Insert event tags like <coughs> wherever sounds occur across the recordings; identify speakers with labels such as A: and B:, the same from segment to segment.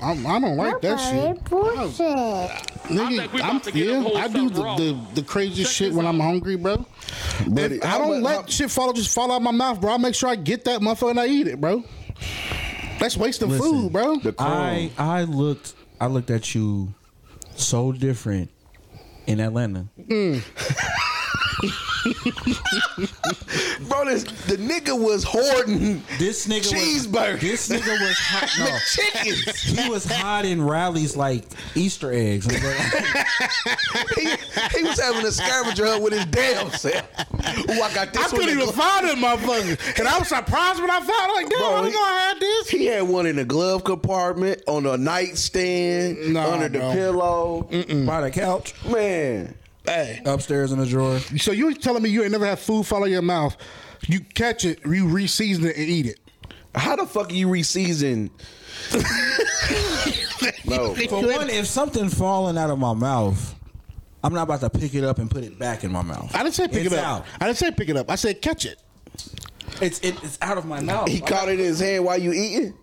A: I'm, I don't like that shit. Oh.
B: Bullshit.
A: Nigga,
C: think we about
A: I'm,
C: to get a
A: yeah,
C: whole
A: I do
C: something
A: the,
C: wrong.
A: the, the craziest
C: Check
A: shit
C: this
A: when
C: out.
A: I'm hungry, bro.
D: But
A: I don't let shit fall just fall out my mouth, bro. I make sure I get that motherfucker and I eat it, bro. That's wasting
E: Listen,
A: food, bro.
D: the crumb.
E: I I looked I looked at you so different in Atlanta.
D: bro, this the nigga was hoarding
E: This nigga
D: Cheeseburger.
E: was this nigga was hot.
D: <laughs>
E: No,
D: chickens.
E: he was hiding rallies like Easter eggs. I'm like,
D: he, he was having a scavenger hunt with his damn self. Ooh, I got this.
A: I
D: one
A: couldn't
D: in
A: even
D: glo-
A: find that motherfucker. And I was surprised when I found it. Like, damn,
D: Bro,
A: I was
D: he-
A: gonna have this.
D: He had one in the glove compartment, on a nightstand,
A: Nah,
D: under the
A: bro.
D: pillow.
E: by the couch,
D: Man,
A: Hey.
E: upstairs in the drawer.
A: So you telling me you ain't never had food fall out your mouth. You catch it, you reseason it and eat it.
D: how the fuck are you reseason? no,
E: For one, if something falling out of my mouth, I'm not about to pick it up and put it back in my mouth.
A: I didn't say pick
E: It's
A: it up.
E: out.
A: I didn't say pick it up. I said catch it.
E: It's it, it's out of my mouth.
D: he caught it in his hand while you eating.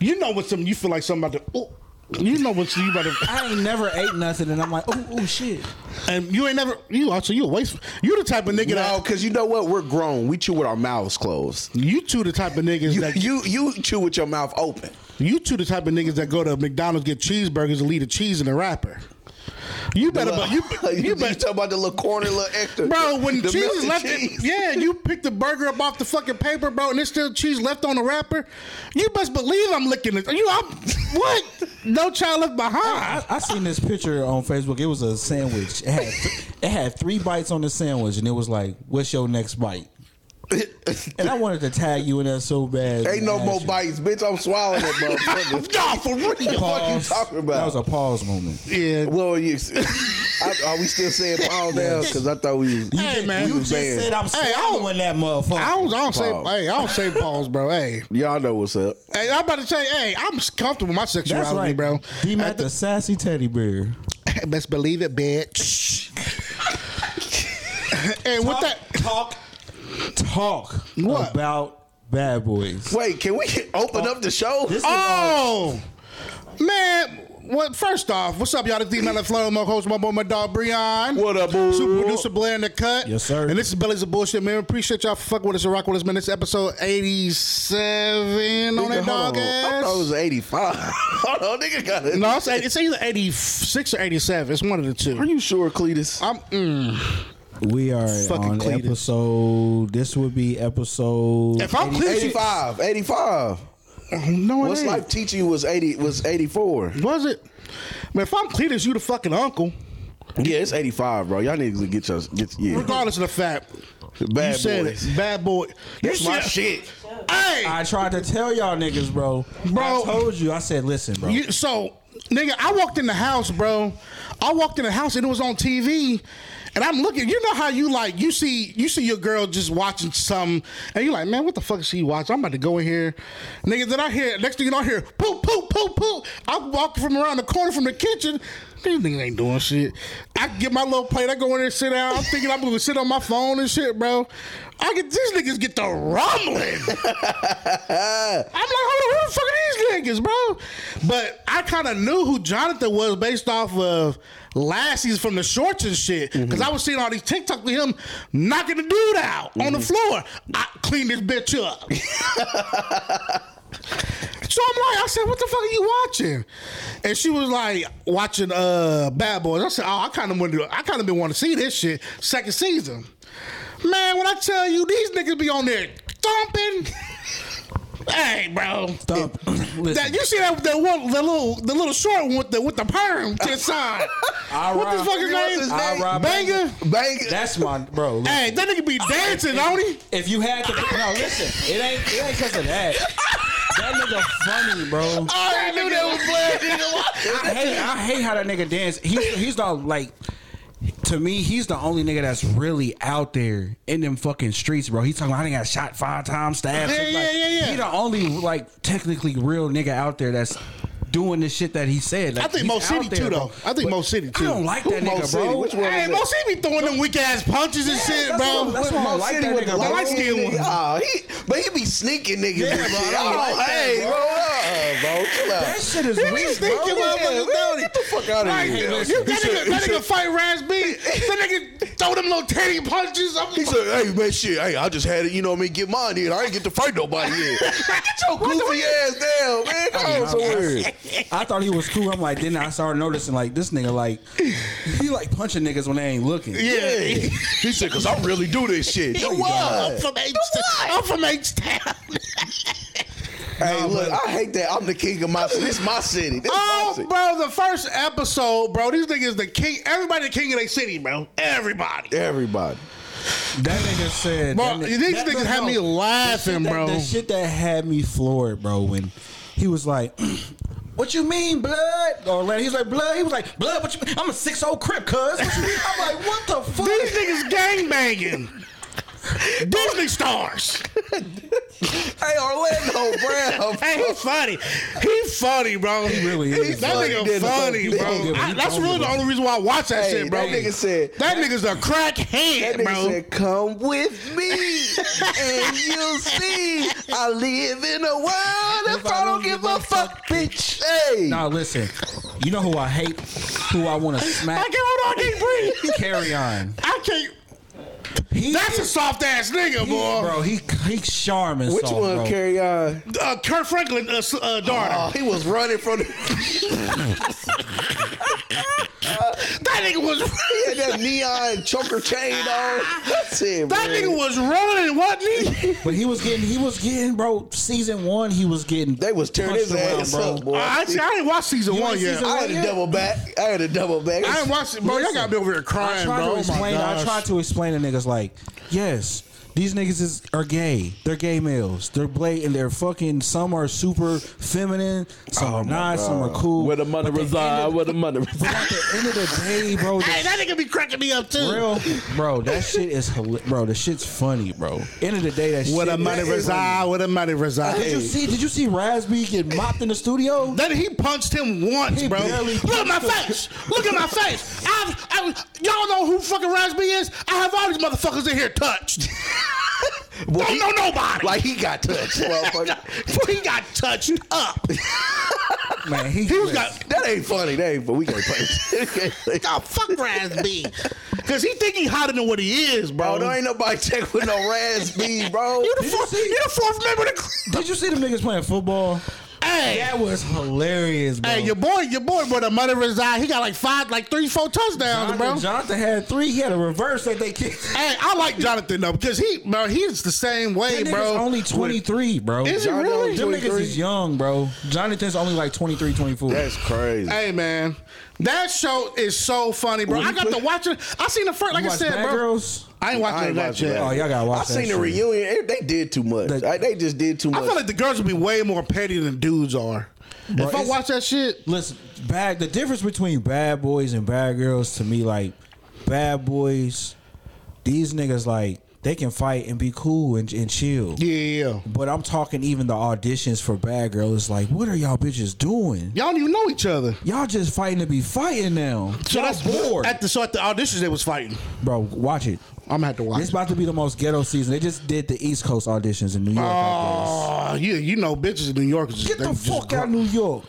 A: You know when some you feel like something about to ooh, you know what you about to
E: I ain't never ate nothing, and I'm like, oh, oh shit.
A: and you ain't never you also you a waste you the type of nigga
D: No,
A: that
D: because you know what? We're grown. We chew with our mouths closed.
A: you two the type of niggas
D: You
A: that
D: you, you chew with your mouth open.
A: You two the type of niggas that go to McDonald's get cheeseburgers and leave the cheese in the wrapper. You better, but
D: <laughs>
A: you, you better.
D: talk about the little corner, little extra,
A: Bro, when the cheese is
D: melted
A: left,
D: cheese.
A: yeah, you pick the burger up off the fucking paper, bro, and there's still cheese left on the wrapper. You best believe I'm licking it. You, I'm <laughs> what? No child left behind.
E: I, I seen this picture on Facebook. It was a sandwich. It had th- it had three bites on the sandwich, and it was like, "What's your next bite?" And I wanted to tag you in that so bad.
D: Ain't no
E: Ask
D: more
E: you.
D: bites, bitch. I'm swallowing that
A: <laughs>
D: motherfucker.
A: Nah, for real.
D: What the fuck you
E: Pause.
D: talking
E: That was a
D: about?
E: pause moment.
A: Yeah,
D: Well, you. <laughs> I, are we still saying pound down? Because I thought we. Was,
E: You just-
A: man.
E: you just
D: Man.
E: said I'm
A: Hey, I don't-
E: swallowing that motherfucker.
A: I don't, I don't say,
D: Pause.
A: hey, I don't say pause, bro. Hey,
D: y'all know what's up.
A: hey, I'm about to say, hey, I'm comfortable with my
E: That's
A: sexuality,
E: right,
A: bro.
E: D Mac, the sassy teddy bear.
A: <coughs> Best believe it,
D: <laughs>
A: bitch. and with that.
E: talk, talk
A: What?
E: about bad boys.
D: Wait, can we open up the show?
E: This is
A: Oh man! What? First off, what's up, y'all? This is D-Man Flow, my host, my boy, my dog Breon.
D: What up, boo?
A: Super producer Blair in the cut.
E: Yes, sir.
A: And this is Bellies of Bullshit, man. Appreciate y'all for fucking with us and rock with us, man. This is episode eighty-seven on that
D: Nigga, hold
A: dog
D: on. I thought it was
A: ass.
D: 85. <laughs> hold on, nigga got it.
A: No, it's, 80, it's either eighty-six or eighty-seven. It's one of the
D: Are
A: two.
D: you sure, Cletus?
A: I'm mm.
E: we are
A: Fucking
E: on
A: Cletus.
E: episode. This would be episode.
A: if I'm clean,
D: 85. 85.
A: no, it
D: What's
A: ain't.
D: life teaching you was 80 was 84.
A: Was it? Man, if I'm clean, as you the fucking uncle.
D: Yeah, it's 85, bro. Y'all need to get your get yeah.
A: Regardless of the fact,
D: Bad
A: you said
D: boys.
A: it. Bad boy.
D: That's
A: you
D: my
A: said-
D: shit.
A: Hey,
E: I tried to tell y'all niggas, bro.
A: Bro.
E: I told you. I said, listen, bro.
A: You, so, nigga, I walked in the house, bro. I walked in the house and it was on TV, and I'm looking. You know how you like you see you see your girl just watching some, and you're like, man, what the fuck is she watching? I'm about to go in here, nigga. Then I hear next thing you know, I hear poop, poop, poop, poop. I'm walking from around the corner from the kitchen. These niggas ain't doing shit. I get my little plate. I go in there, sit down. I'm thinking I'm gonna sit on my phone and shit, bro. I get these niggas get the rumbling. I'm like, hold on, who the fuck are these niggas, bro? But I kind of knew who Jonathan was based off of Lassie's from the shorts and shit. Because I was seeing all these TikToks with him knocking the dude out on the floor. I cleaned this bitch up. So I'm like, I said, what the fuck are you watching? And she was like, watching uh Bad Boys. I said, oh, I kind of want to, I kind of been want to see this shit second season. Man, when I tell you these niggas be on there thumping, <laughs> hey, bro,
E: Thump. <laughs> Listen.
A: That, you see that that one, the little, the little short one with the with the perm to the side.
E: I
A: what the
E: rob-
A: fuck his
D: What's his
A: name?
D: name?
E: I rob-
A: Banger.
D: Bang.
E: That's my bro. listen.
A: Hey, that nigga be dancing, don't he?
E: If you had to, no, listen, it ain't it ain't because of that. That nigga funny, bro.
A: I knew that was
E: I hate I hate how that nigga dance. He's he's the like. To me, he's the only nigga that's really out there in them fucking streets, bro. He's talking about I done got shot five times, stabbed.
A: Yeah,
E: Like,
A: yeah, yeah, yeah.
E: He the only like technically real nigga out there that's doing the shit that he said. Like,
A: I think
E: he's
A: Mo
E: out
A: City
E: there,
A: too,
E: bro.
A: though. I think
E: But
A: Mo City too.
E: I don't like that
D: Who Mo
E: nigga,
D: City?
E: bro.
D: Which one?
A: Hey, Mo City be throwing them weak ass punches and
E: Yeah,
A: shit,
E: that's
A: bro.
E: what- that's what I
D: Mo
E: like
D: City
E: that
D: with
E: nigga,
D: the
E: bro.
A: light-skinned one.
D: Oh, he, but he be sneaking niggas.
E: Yeah,
D: and
E: bro, I
D: shit.
E: don't
D: Oh,
E: like that,
D: hey,
E: bro.
D: bro. bro. Chill out.
E: That shit is
A: <laughs> He
E: weird.
A: was
E: bro.
A: thinking,
D: Yeah,
A: motherfucker,
D: man,
A: don't
D: get the fuck out of
A: Like, you,
D: here.
A: that
D: He
A: nigga,
D: should-
A: that
D: he
A: nigga
D: should-
A: fight Raz B. That nigga throw them little teddy punches. I'm
D: He said, "Hey man, shit. Hey, I just had it. You know what I mean? Get mine in. I ain't get to fight nobody <laughs> in. get your goofy ass down, man. Come on somewhere.
E: I thought he was cool. I'm like, then I started noticing like this nigga like he like punching niggas when they ain't looking.
D: Yeah. he said, "Cause I really do this shit. You
A: I'm
D: what?
A: from H Town. I'm from H Town.
D: Hey, look, I hate that. I'm the king of my city. This my city. This my
A: Oh,
D: city.
A: bro, the first episode, bro. These niggas the king. Everybody the king of their city, bro. Everybody.
D: Everybody.
E: That nigga said,
A: Bro,
E: that, ni-
A: these
E: that-
A: niggas
E: no,
A: had
E: no.
A: me
E: The shit
A: laughing,
E: that-
A: bro.
E: The shit that had me floored, bro. When he was like. <clears throat> What you mean, blood? Or like, he was like, blood. He was like, blood. What you mean? I'm a six old crip, cuz. What you mean? I'm like, what the fuck?
A: These niggas gang banging. Disney stars.
D: Hey, Orlando <laughs> Brown.
A: Hey, he funny. He funny, bro. He
E: really is.
A: That
D: Funny,
A: nigga
D: didn't he?
A: funny,
D: He
A: bro.
E: don't give a-
A: I-
E: he
A: that's
E: don't
A: really
E: give
A: the
E: a-
A: only reason why I watch that
D: Hey,
A: shit, bro.
D: that nigga said-
A: that nigga's a
D: That
A: crackhead,
D: nigga
A: bro.
D: said, "Come with me, and you'll see. I live in a world if I don't give a fuck, bitch. Hey,
E: Nah, listen. You know who I hate? Who I want to
A: I
E: smack?
A: can't hold on, I can't breathe.
E: Carry on.
A: I can't.
E: He
A: That's a
E: is-
A: soft ass nigga,
E: he-
A: boy.
E: bro. He he charming.
D: which
E: soft,
D: one
E: bro.
D: carry on?
A: Uh, Kurt Franklin, uh, s- uh, daughter.
D: Oh, he was running from the
A: <laughs> that nigga was. <laughs>
D: he had that neon choker chain on. That's it,
A: That
D: man.
A: nigga was running, wasn't he?
E: But he was getting, he was getting, bro. Season one, he was getting.
D: They was tearing his
E: punched around,
D: ass
E: bro.
D: up, boy.
A: Ah, I,
D: I,
A: actually, I didn't watch season
E: You
A: one
E: ain't
A: yet.
E: season
A: I,
D: had a
E: Yeah.
D: double back. I had a double back.
A: I didn't
D: <laughs>
A: watch it, bro.
E: Listen,
A: y'all gotta be over here crying,
E: I tried
A: bro.
E: To explain,
A: oh my gosh.
E: I tried to explain to niggas like, yes, these niggas is, are gay. They're gay males. They're blatant. They're fucking. Some are super feminine. Some
A: Oh
E: are not. Some are cool.
B: Where the money
E: But at the end
B: reside,
E: of-
B: where the money
E: But
B: reside.
E: at the end of the day, bro, the
A: <laughs> Hey, that nigga be cracking me up too.
E: real, bro, that shit is, hila- bro. The shit's funny, bro. End of the day, that shit.
A: Where the money
E: is funny.
A: reside, where the money reside.
E: Did you see? Did you see Raspy get mopped in the studio?
A: Then he punched him once,
E: He
A: bro.
E: barely
A: Look at my
E: punched
A: face. Look at my face. I've, I, y'all know who fucking Raspy is? I have all these motherfuckers in here
E: <laughs>
A: touched.
D: Boy,
A: Don't
D: he-
A: know nobody.
D: like he got touched,
A: <laughs>
D: motherfucker.
A: he got touched up.
E: Man, he,
A: He was got
D: That ain't funny. That ain't. But we can't play.
A: Oh, fuck
E: <laughs>
A: Raspy. Because he think he hotter than what he is, bro.
E: Oh,
D: Bro, there ain't nobody check with no Raz B, <laughs> bro.
A: you, the
E: Did you
A: fourth,
E: see-
A: you the fourth member of the
E: Did you see them niggas playing football?
A: Hey.
E: That was hilarious, bro.
A: Hey, your boy, your boy, where the money reside, he got like five, like three, four touchdowns,
E: Jonathan,
A: bro.
E: Jonathan had three. He had a reverse that they kicked.
A: Hey, I like Jonathan though because he, bro, he's the same way,
E: That nigga's
A: bro.
E: only 23, bro.
A: Is he
E: Jonathan-
A: really?
E: Them niggas is young, bro. Jonathan's only like 23, 24.
D: That's crazy.
A: Hey man, that show is so funny, bro.
D: Well,
A: I
D: you
A: got
D: put-
A: to watch it. I seen the first, like
E: you
A: I
E: watch
A: said,
E: Bad
A: bro.
E: Girls?
A: I ain't
D: I
A: watching
D: ain't
A: that
D: watching
A: yet.
D: that.
E: Oh, y'all gotta watch
D: I seen
E: that
D: the
E: shit.
D: reunion. They did too much.
E: They-
D: Like, they just did too much.
A: I feel like the girls would be way more petty than dudes are.
E: Bro,
A: if I
E: it's-
A: watch that shit,
E: Listen, bad. The difference between Bad Boys and Bad Girls to me, like Bad Boys, these niggas like they can fight and be cool and, and chill.
A: yeah, yeah, yeah.
E: But I'm talking even the auditions for Bad Girl is like, what are y'all bitches doing?
A: y'all don't even know each other.
E: Y'all just fighting to be fighting now.
A: So
E: y'all
A: that's
E: bored,
A: At the so at the auditions, they was fighting.
E: bro. Watch it.
A: I'm gonna have to watch.
E: It's about to be the most ghetto season. They just did the East Coast auditions in New York. I
A: Oh, yeah, you know, bitches in New York is just,
E: guess. Get
A: they
E: the
A: just
E: fuck
A: gr-
E: out of New York.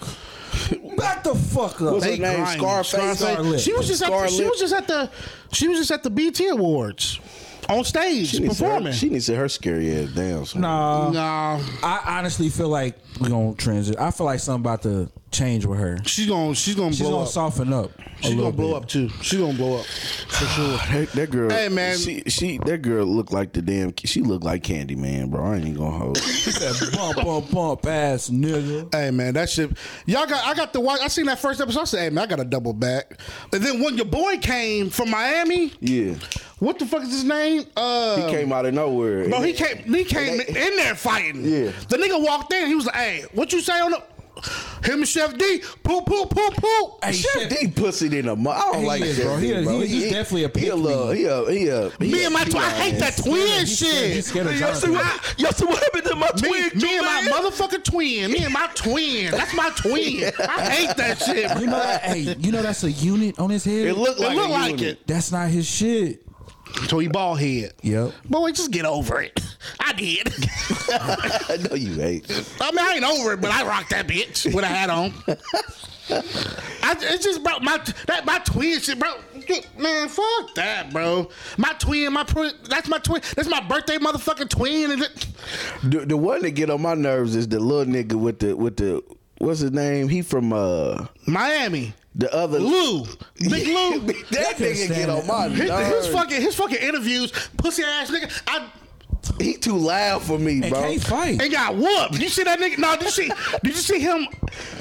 E: Back the fuck up.
D: What's her
A: They
D: name?
A: grinding.
D: Scarface?
E: Scarlet.
A: She was just at the, she
D: Scarlet.
A: was just at the she was just at the BT Awards on stage
D: she needs to-
A: performing.
D: she needs to sit her scary ass down. somewhere.
E: Nah,
A: nah,
E: I honestly feel like we're gonna transition. I feel like something about to change with her.
A: she's gonna she's gonna
E: She's
A: blow
E: gonna
A: up.
E: soften up.
A: she's gonna blow up too. She's gonna blow up
E: <sighs>
A: for sure.
D: That, that girl,
A: Hey, man.
D: she, she that girl looked like the damn. She looked like Candy Man, bro. I ain't even gonna hold.
E: She said, bump, bump, bump, ass nigga.
A: Hey man, that shit. Y'all got. I got to watch. I seen that first episode. I said, "Hey man, I got to double back." And then when your boy came from Miami,
D: <laughs> yeah,
A: what the fuck is his name? Uh,
D: he
E: Um,
D: came out of nowhere.
A: Bro, he came. He came in there fighting.
D: Yeah.
A: The nigga walked in. He was like, "Hey, what you say on the?" Him and Chef D. Poo poo poo poo.
E: Hey,
D: Chef
E: shit.
D: D pussied in a mu- I don't
E: He
D: like
E: is,
D: Chef
E: bro.
D: D,
E: He a-
D: bro.
E: he- he's definitely a
D: he a
E: pick
D: little,
E: me.
D: he a he a he
A: Me
D: a-
A: and my
D: he
A: twin. I
D: a-
A: hate that twin
E: He's scared-
A: shit.
E: he's scared of
A: Me,
B: Y'all see
E: Jonathan.
B: what- y'all see what happened to my twin?
A: me and my motherfucking twin. Me and my twin. That's my twin. I hate that shit. Bro.
E: You know that? Hey, you know that's a unit on his head.
D: It looked
A: It
D: like,
A: look
D: a
A: like
D: unit. <laughs>
A: it.
E: that's not his shit.
A: So he bald head.
E: Yep.
A: Boy, just get over it. <laughs> I did.
D: no, you ain't.
A: I mean, I ain't over it, but I rocked that bitch with a hat on. I, it just bro, my that my twin shit, bro. Man, fuck that, bro. My twin, my pro, that's my twin. That's my birthday, motherfucking twin. And it,
D: The, the one that get on my nerves is the little nigga with the with the what's his name? He from uh
A: Miami,
D: the other
A: Lou, Big Lou.
D: <laughs> that nigga get
E: stand
D: on my
A: His, his
D: nerves.
A: fucking his fucking interviews, pussy ass nigga. I
D: he too loud for me,
E: And
D: bro.
E: can't fight.
A: and got whooped. You see that nigga? No, did you see? Did you see him?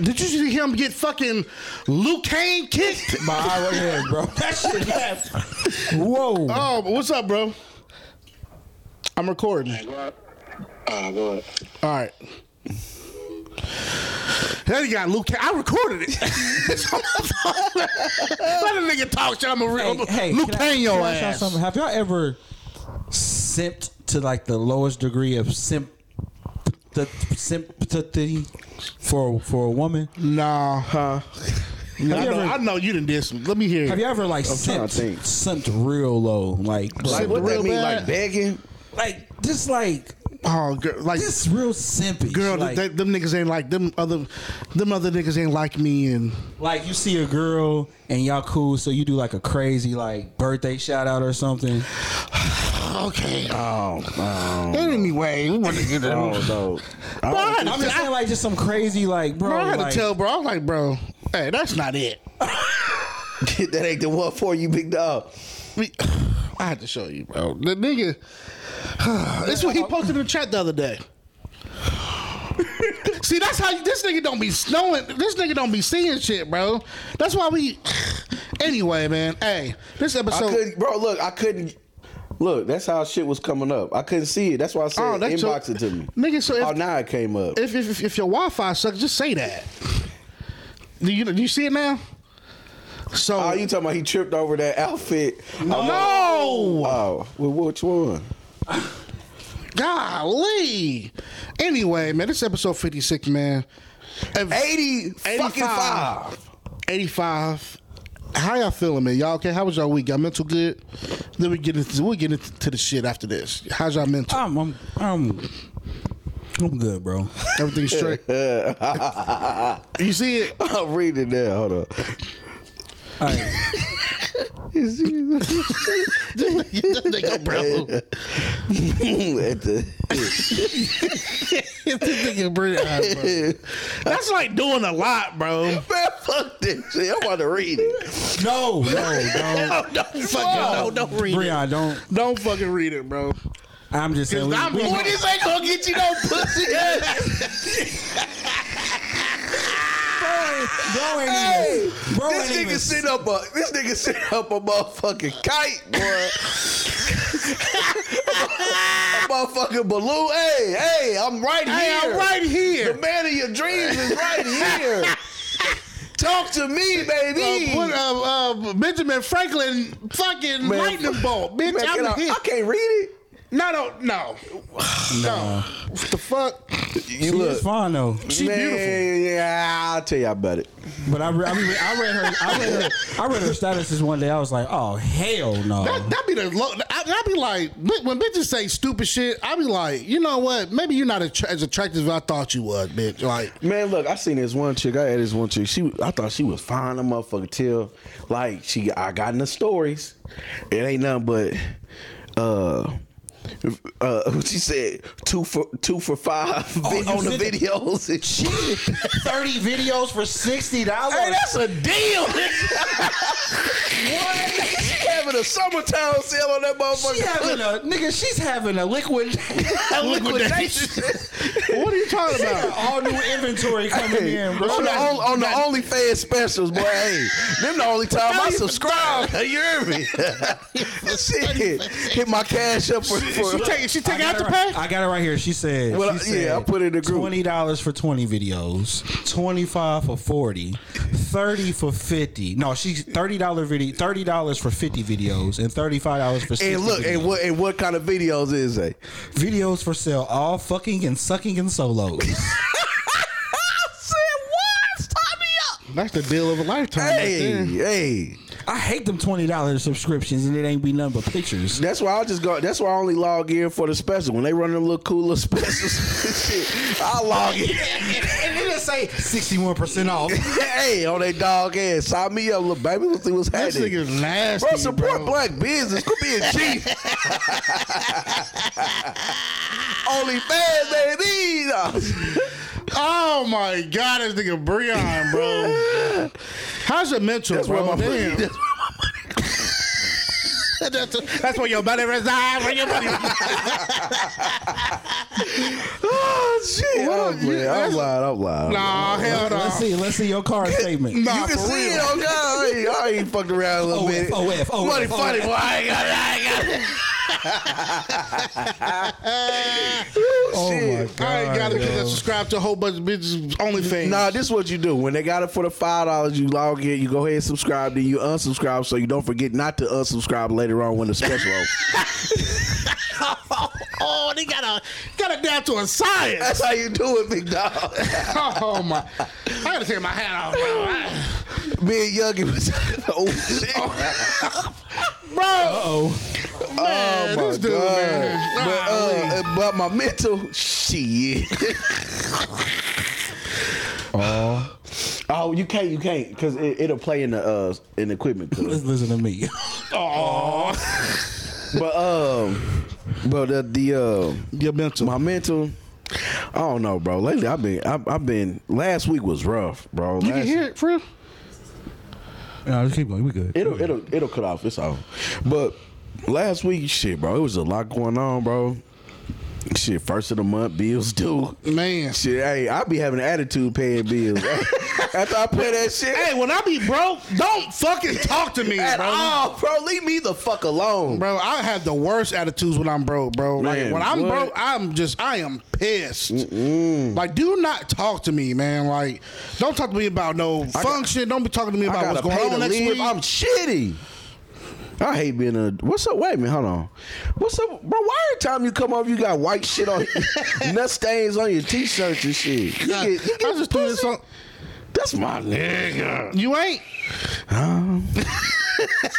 A: Did you see him get fucking Luke Kane kicked?
E: My eye right here, bro. That shit left. Whoa.
A: Oh, but what's up, bro? I'm recording.
C: Uh, go ahead.
A: All right. Then you got Luke. Kane. I recorded it. <laughs> Let a nigga talk shit. I'm a real
E: hey, hey,
A: Luke
E: can I-
A: Kane your
E: can I ask y'all
A: ass.
E: something? Have y'all ever simped to like the lowest degree of simp? The sympathy for for a woman.
A: Nah, huh?
E: Have
A: I
E: you
A: know,
E: ever-
A: I know you done did some. Let me hear.
E: Have you ever like
D: trying
E: simped,
D: to think.
E: simped real low? Like, like,
D: like what
A: real
D: that mean?
A: bad.
D: Like begging?
E: like just like
A: Oh, girl, like
E: just real simpish.
A: girl,
E: like,
A: that, them niggas ain't like them other, them other niggas ain't like me and.
E: like you see a girl and y'all cool, so you do like a crazy like birthday shout out or something.
A: Okay.
D: Oh, oh,
A: Anyway, we want to get
D: oh no. I
A: Bro, I had
E: I'm
D: don't-
A: to,
E: just
A: I,
E: saying like just some crazy like bro.
A: bro, I had
E: like,
A: to tell bro. I was like, bro, hey, that's not it.
D: <laughs>
A: <sighs>
D: that ain't the one for you, big dog.
A: We- <sighs> I had to show you, bro. The nigga, <sighs> this is what he posted in the chat the other day. <sighs> See, that's how you, this nigga don't be snowing. This nigga don't be seeing shit, bro. That's why we. <sighs> Anyway, man. Hey, this
D: I
A: episode.
D: couldn't, bro. Look, I couldn't. Look, that's how shit was coming up. I couldn't see it. That's why I said
A: Oh, that's your-
D: inbox it to me.
A: Nigga, so if-
D: oh, now it came up.
A: If, if if- if your Wi-Fi sucks, just say that. Do you do you see it now? So
D: oh, you talking about he tripped over that outfit? No.
A: no.
D: Oh, well, which one?
A: Golly. Anyway, man, this is episode 56, man. Of
D: 80 fucking
A: 85.
D: five.
A: 85. How y'all feeling, man? Y'all okay? How was y'all week? Y'all mental good? Then we get into we get into the shit after this. How's y'all mental?
E: I'm I'm I'm, I'm good, bro.
A: Everything
D: <laughs>
A: straight? you see it?
D: <laughs>
A: <laughs>
D: I'm reading that. Hold on. <laughs>
E: All right.
A: nigga, bro.
D: At the-
A: nigga, bro. That's like doing a lot, bro.
D: man, fuck this shit. I want to read it. <laughs>
E: No, no, no.
A: Don't fucking no, don't read it.
E: Breon, don't.
A: Don't fucking read it, bro.
E: I'm just saying. We,
A: I'm
E: we,
A: going
D: Boy, this ain't gonna get you no
A: <laughs>
D: pussy. <laughs>
E: bro ain't
D: Hey,
E: even. Bro
D: this
E: ain't
D: nigga
E: even.
D: sit up a this nigga sit up a motherfucking kite, boy. <laughs> a motherfucking balloon. Hey, hey, I'm right
A: Hey,
D: here.
A: I'm right here.
D: The man of your dreams is right <laughs> here. Talk to me, baby.
A: Uh, what, uh, uh, Benjaman Franklin fucking
D: Man,
A: lightning bolt, bitch.
D: Man, can
A: I'm
D: I,
A: here.
D: I can't read it.
A: No, no, no, no. What the fuck?
D: You
E: She is fine though,
A: She
D: man,
A: beautiful.
D: Yeah, I'll tell you all about it.
E: but I, re- I, mean, I read her. I read her. I read her statuses one day. I was like, oh hell no.
A: That that be the low. I, I be like bi- when bitches say stupid shit. I be like, you know what? Maybe you're not attra- as attractive as I thought you was, bitch. <laughs> Like,
D: Man, look, I seen this one chick. I had this one chick. She, I thought she was fine, a motherfucker. Till like she, I got in the stories. It ain't nothing but, uh, uh, <laughs> what she said two for two
E: <laughs>
D: for five vi-
E: Oh, you
D: on the
E: said that.
D: videos and shit.
E: Thirty videos for sixty dollars.
D: <laughs> Hey, that's a deal.
E: <laughs>
D: what? <laughs> She having a summertime sale on that
E: she having
D: motherfucker.
E: a nigga. She's having a
D: <laughs>
E: liquid.
D: liquidation.
A: <laughs> what are you talking about?
E: all new inventory coming in, bro.
D: on the, on, on the OnlyFans specials, boy. Hey, them the only time I
A: Only-
D: subscribe. <laughs> You
E: <laughs>
D: hear me? Shit, hit my cash up for. for
A: She take she
E: I
A: take
E: got,
A: out
E: it
A: the
E: right,
A: pay.
E: I got it right here. She said,
D: Well,
E: she
D: I- yeah,
E: said
D: I put it in the group.
E: Twenty dollars for twenty videos, twenty five for 40, 30 for fifty. No, she's thirty dollar video, thirty dollars for fifty videos, and thirty five dollars for 60
D: and look,
E: videos.
D: and what and what kind of videos
E: <laughs>
D: is they?
E: videos for sale, all fucking and sucking and solos.
A: That's the deal of a lifetime. right
D: Hey,
A: there.
D: hey,
E: I hate them twenty dollars subscriptions, and it ain't be nothing but
D: <laughs>
E: pictures.
D: That's why I just go. That's why I only log in for the special. When they run them little cool little <laughs> specials, shit, I
E: <laughs>
D: log in. <laughs>
F: And it just say sixty one percent off.
D: hey, on that dog ass, sign me up, little baby. Let's see what's
A: This
D: happening.
A: nigga's nasty,
D: Bro, support
A: bro.
D: black business. Quit being <laughs> cheap. Only fans they need.
A: Oh my god, this nigga Breon, bro. How's your mental,
D: That's
A: bro?
D: where my
A: Damn.
D: money.
A: <laughs> that's, that's where your money resides. Where your money.
D: Oh shit!
A: Well,
D: I'm, playing.
A: you-
D: I'm
A: that's-
D: lying. I'm lying.
A: Nah, hell no.
E: Let's see. Let's see your card statement.
A: Nah,
D: You can
A: for
D: see
A: real.
D: it on God. I ain't- I ain't fucked around a little
E: OF,
D: bit.
E: OF, OF,
D: Money
E: OF.
D: funny, boy. I ain't got it. I ain't got it.
E: Oh
D: Ooh, shit.
E: my god!
A: I ain't got it because I
E: yo.
A: subscribe to a whole bunch of bitches OnlyFans.
D: Nah, this is what you do. When they got it for the five dollars, you log in, you go ahead and subscribe, then you unsubscribe, so you don't forget not to unsubscribe later on when the <laughs> special. over.
A: oh, they got a got it down to a
D: <laughs>
A: science.
D: That's how you do it, big dog.
A: Oh my! I gotta take my hat off, bro.
D: <laughs> Me and Young was <laughs> oh shit.
A: Bro,
E: Oh,
A: man,
D: Oh, my
A: this dude,
D: God.
A: man.
D: But,
A: Golly.
D: uh, but my mental shit. Oh, you can't, you can't, because it, it'll play in the uh, in the equipment.
A: <laughs>
E: let's listen to me.
D: but um, but uh, the uh,
A: your mental.
D: my mental, I don't know, bro. Lately, I've been, I've, I've been. Last week was rough,
A: you
D: bro.
A: can
D: Last-
A: hear it, for real?
E: no, just keep going. We good.
D: It'll it'll it'll cut off. It's off. But last week, shit, bro, it was a lot going on, bro. Shit, first of the month, bills due.
A: Man.
D: Shit, hey, I be having an attitude paying bills.
A: <laughs>
D: After I play that shit,
A: Hey, when I be broke, don't fucking talk to me,
D: at
A: bro.
D: all, bro, leave me the fuck alone.
A: Bro, I have the worst attitudes when I'm broke, bro.
D: Man,
A: like when I'm
D: what?
A: broke, I'm just I am pissed. Like, do not talk to me, man. Like, don't talk to me about no function. don't be talking to me
D: I
A: about
D: gotta
A: what's
D: pay
A: going
D: to
A: on next
D: live.
A: week.
D: I'm shitty. I hate being a. What's up? Wait a minute. Hold on. What's up, bro? Why every time you come over, you got white shit on,
A: <laughs>
D: nut stains on your t-shirts and shit. You get, you
A: I
D: get
A: just threw this
D: pussy?
A: on.
D: That's my nigga.
A: You ain't, <laughs>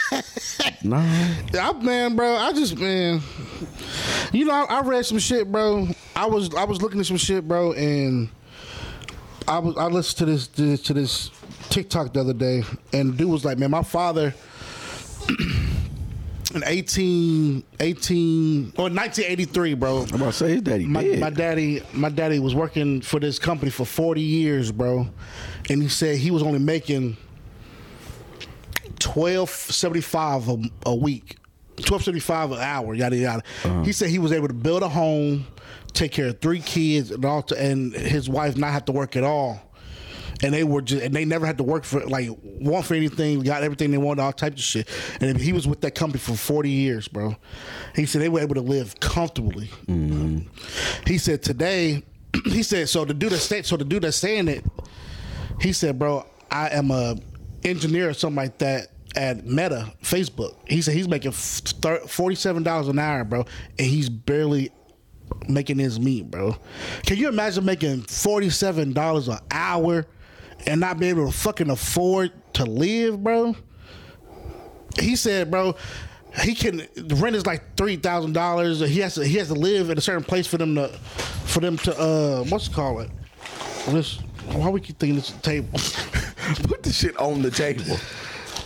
D: No.
A: I, man, bro. I just man. You know, I, I read some shit, bro. I was I was looking at some shit, bro, and I was I listened to this to this, to this TikTok the other day, and dude was like, man, my father. <clears throat> In 18, 18 or 1983, bro.
D: I'm about to say his daddy
A: my,
D: dead.
A: my daddy my daddy was working for this company for 40 years bro and he said he was only making 1275 a, a week 1275 an hour yada yada he said he was able to build a home take care of three kids and all to, and his wife not have to work at all and they were just, and they never had to work for like want for anything, got everything they wanted, all types of shit. And he was with that company for forty years, bro. He said they were able to live comfortably. He said today, <clears throat> he said so the dude that sta- so the dude that's saying it, he said, bro, I am a engineer or something like that at Meta Facebook. He said he's making forty seven dollars an hour, bro, and he's barely making his meat, bro. Can you imagine making forty seven dollars an hour and not be able to fucking afford to live, bro? He said, bro. He can the rent is like three thousand dollars. He has to he has to live in a certain place for them to for them to uh what's it call it? This why we keep thinking this is a table?
D: <laughs>
A: <laughs>
D: Put the shit on the table.